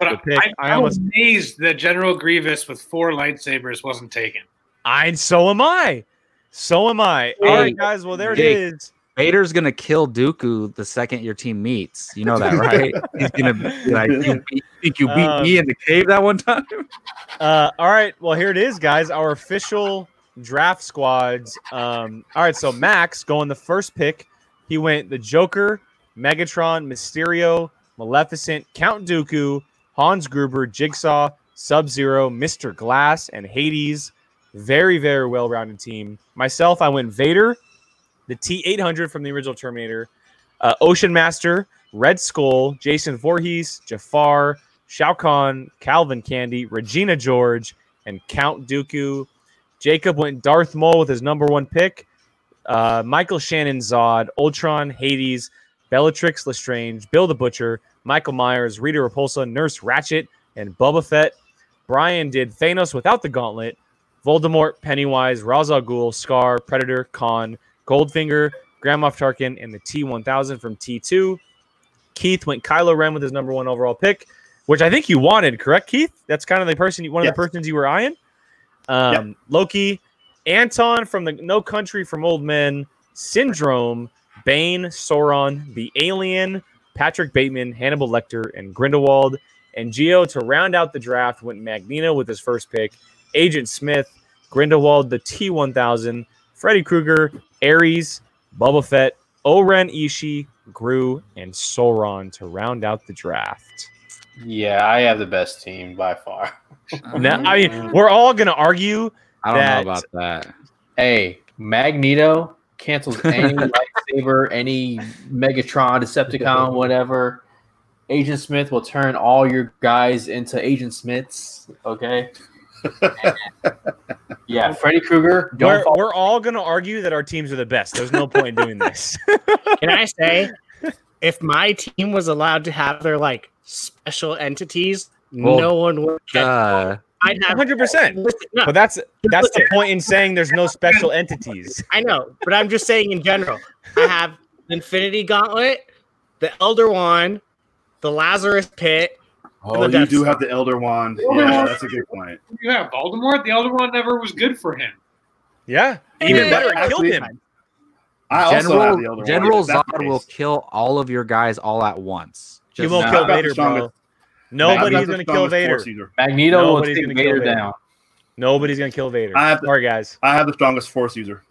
But Good I, pick. I I, am almost- amazed that General Grievous with four lightsabers wasn't taken. I so am I. So am I. All Hey, right, guys. Well, there it Jake. is. Vader's gonna kill Dooku the second your team meets. You know that, right? He's gonna be like, "You beat- think you beat me in the cave that one time?" Uh, all right. Well, here it is, guys. Our official draft squads. Um, all right. So Max going the first pick. He went the Joker, Megatron, Mysterio, Maleficent, Count Dooku, Hans Gruber, Jigsaw, Sub Zero, Mr. Glass, and Hades. Very, very well rounded team. Myself, I went Vader, the T 800 from the original Terminator, uh, Ocean Master, Red Skull, Jason Voorhees, Jafar, Shao Kahn, Calvin Candy, Regina George, and Count Dooku. Jacob went Darth Maul with his number one pick. Uh, Michael Shannon Zod, Ultron, Hades, Bellatrix Lestrange, Bill the Butcher, Michael Myers, Rita Repulsa, Nurse Ratchet, and Boba Fett. Brian did Thanos without the gauntlet, Voldemort, Pennywise, Ra's al Ghul, Scar, Predator, Khan, Goldfinger, Grand Moff Tarkin, and the T1000 from T2. Keith went Kylo Ren with his number one overall pick which I think you wanted, correct, Keith? That's kind of the person, you, one of Yes. the persons you were eyeing. Um, Loki, Anton from the No Country from Old Men, Syndrome, Bane, Sauron, The Alien, Patrick Bateman, Hannibal Lecter, and Grindelwald. And Geo to round out the draft went Magneto with his first pick, Agent Smith, Grindelwald, the T1000, Freddy Krueger, Ares, Boba Fett, Oren Ishii, Gru, and Sauron to round out the draft. Yeah, I have the best team by far. No, I mean, we're all gonna argue. I don't that- know about that. Hey, Magneto cancels any lightsaber, any Megatron, Decepticon, whatever. Agent Smith will turn all your guys into Agent Smiths. Okay. yeah, Freddy Krueger. Don't We're, fall. we're all gonna argue that our teams are the best. There's no point in doing this. Can I say, if my team was allowed to have their like special entities, Well, uh, no one would. get- Duh. I'd have 100%. Listen, no, But that's that's the point in saying there's no special entities. I know, but I'm just saying in general. I have the Infinity Gauntlet, the Elder Wand, the Lazarus Pit. oh, you That's- do have the Elder Wand. Elder Yeah, Wand. that's a good point. You have Voldemort. The Elder One never was good for him. Yeah, Even even better, better, it killed actually. him. I also have the Elder General Wand. General if that's the Zod will case. kill all of your guys all at once. You Just won't Nah. kill Not the Vader, bro. strongest- Nobody's Not the gonna kill strongest Vader. Force user. Magneto Nobody's will gonna take kill Vader Vader. down. Nobody's gonna kill Vader. I have to- Sorry, guys. I have the strongest Force user.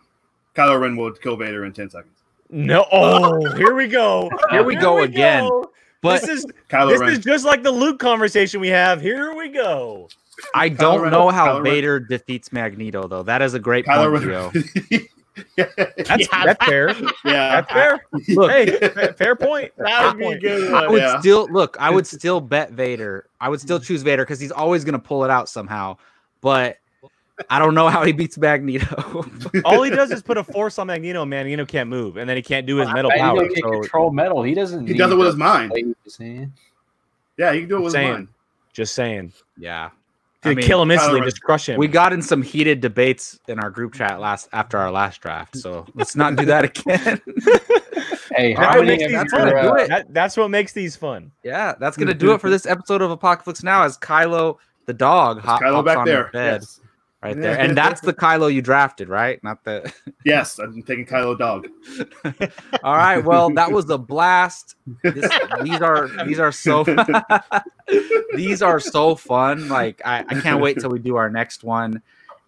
Kylo Ren would kill Vader in ten seconds. No. Oh, here we go. Here we go again. go. but this is Kylo this Ren. is just like the Luke conversation we have. Here we go. I Kylo don't Ren- know Kylo how Ren- Vader defeats Magneto though. That is a great Kylo point, Ren. Gio. That's, Yeah. that's fair. yeah. That's fair. Look, Hey, fa- fair point. That would be a good I would Yeah. still look. I would still bet Vader. I would still choose Vader because he's always going to pull it out somehow. But I don't know how he beats Magneto. All he does is put a force on Magneto, and Magneto can't move, and then he can't do his metal Magneto power. can So control metal. He doesn't. He need does it with his to mind. play with his hand. Yeah, you can do it with his Same. mind. just saying, yeah, Dude, I mean, kill him instantly, Kylo Ren- just crush him. we got in some heated debates in our group chat last after our last draft. So let's not do that again. Hey, That's how what many makes of these your, fun. uh, Do it. That- that's what makes these fun. yeah, that's going to do it for this episode of Apocalypse Now. As Kylo the dog hop, Kylo hops back on there. his bed Yes. right there, and that's the Kylo you drafted, right? Not the. yes, I'm taking Kylo Dog. All right. Well, that was a blast. This, these are these are so these are so fun. Like I, I can't wait till we do our next one.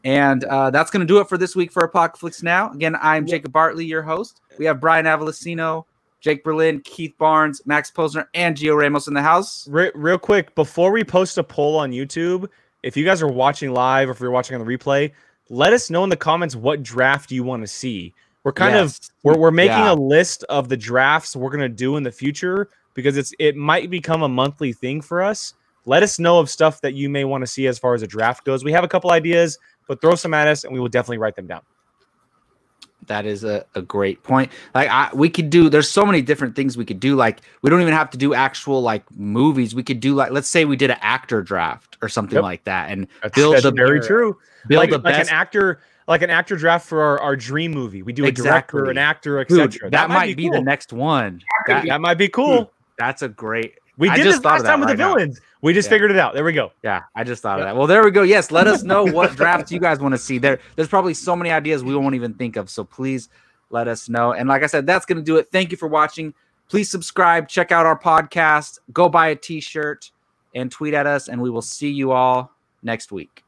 And uh, that's gonna do it for this week for Apocalypse Now. Again, I'm Jacob Bartley, your host. We have Brian Avalicino, Jake Berlin, Keith Barnes, Max Posner, and Gio Ramos in the house. Re- real quick, before we post a poll on YouTube, if you guys are watching live or if you're watching on the replay, let us know in the comments what draft you want to see. We're kind of Yes. we're, we're making Yeah. a list of the drafts we're gonna do in the future because it's it might become a monthly thing for us. Let us know of stuff that you may want to see as far as a draft goes. We have a couple ideas, but throw some at us and we will definitely write them down. That is a, a great point. Like I, we could do. There's so many different things we could do. Like we don't even have to do actual like movies. We could do like let's say we did an actor draft or something Yep. like that, and That's, Build that's the very bear. true. build like, the like best. an actor, like an actor draft for our, our dream movie. We do a director, Exactly. an actor, Dude, etc. that, might be, the next one. That- That, that might be cool. that's a great. We I did just this thought last of that time with right the now. villains. We just Yeah. figured it out. There we go. Yeah, I just thought of Yep. that. Well, there we go. Yes, let us know what drafts you guys want to see. There, there's probably so many ideas we won't even think of. So please let us know. And like I said, that's gonna do it. Thank you for watching. Please subscribe. Check out our podcast. Go buy a T-shirt and tweet at us. And we will see you all next week.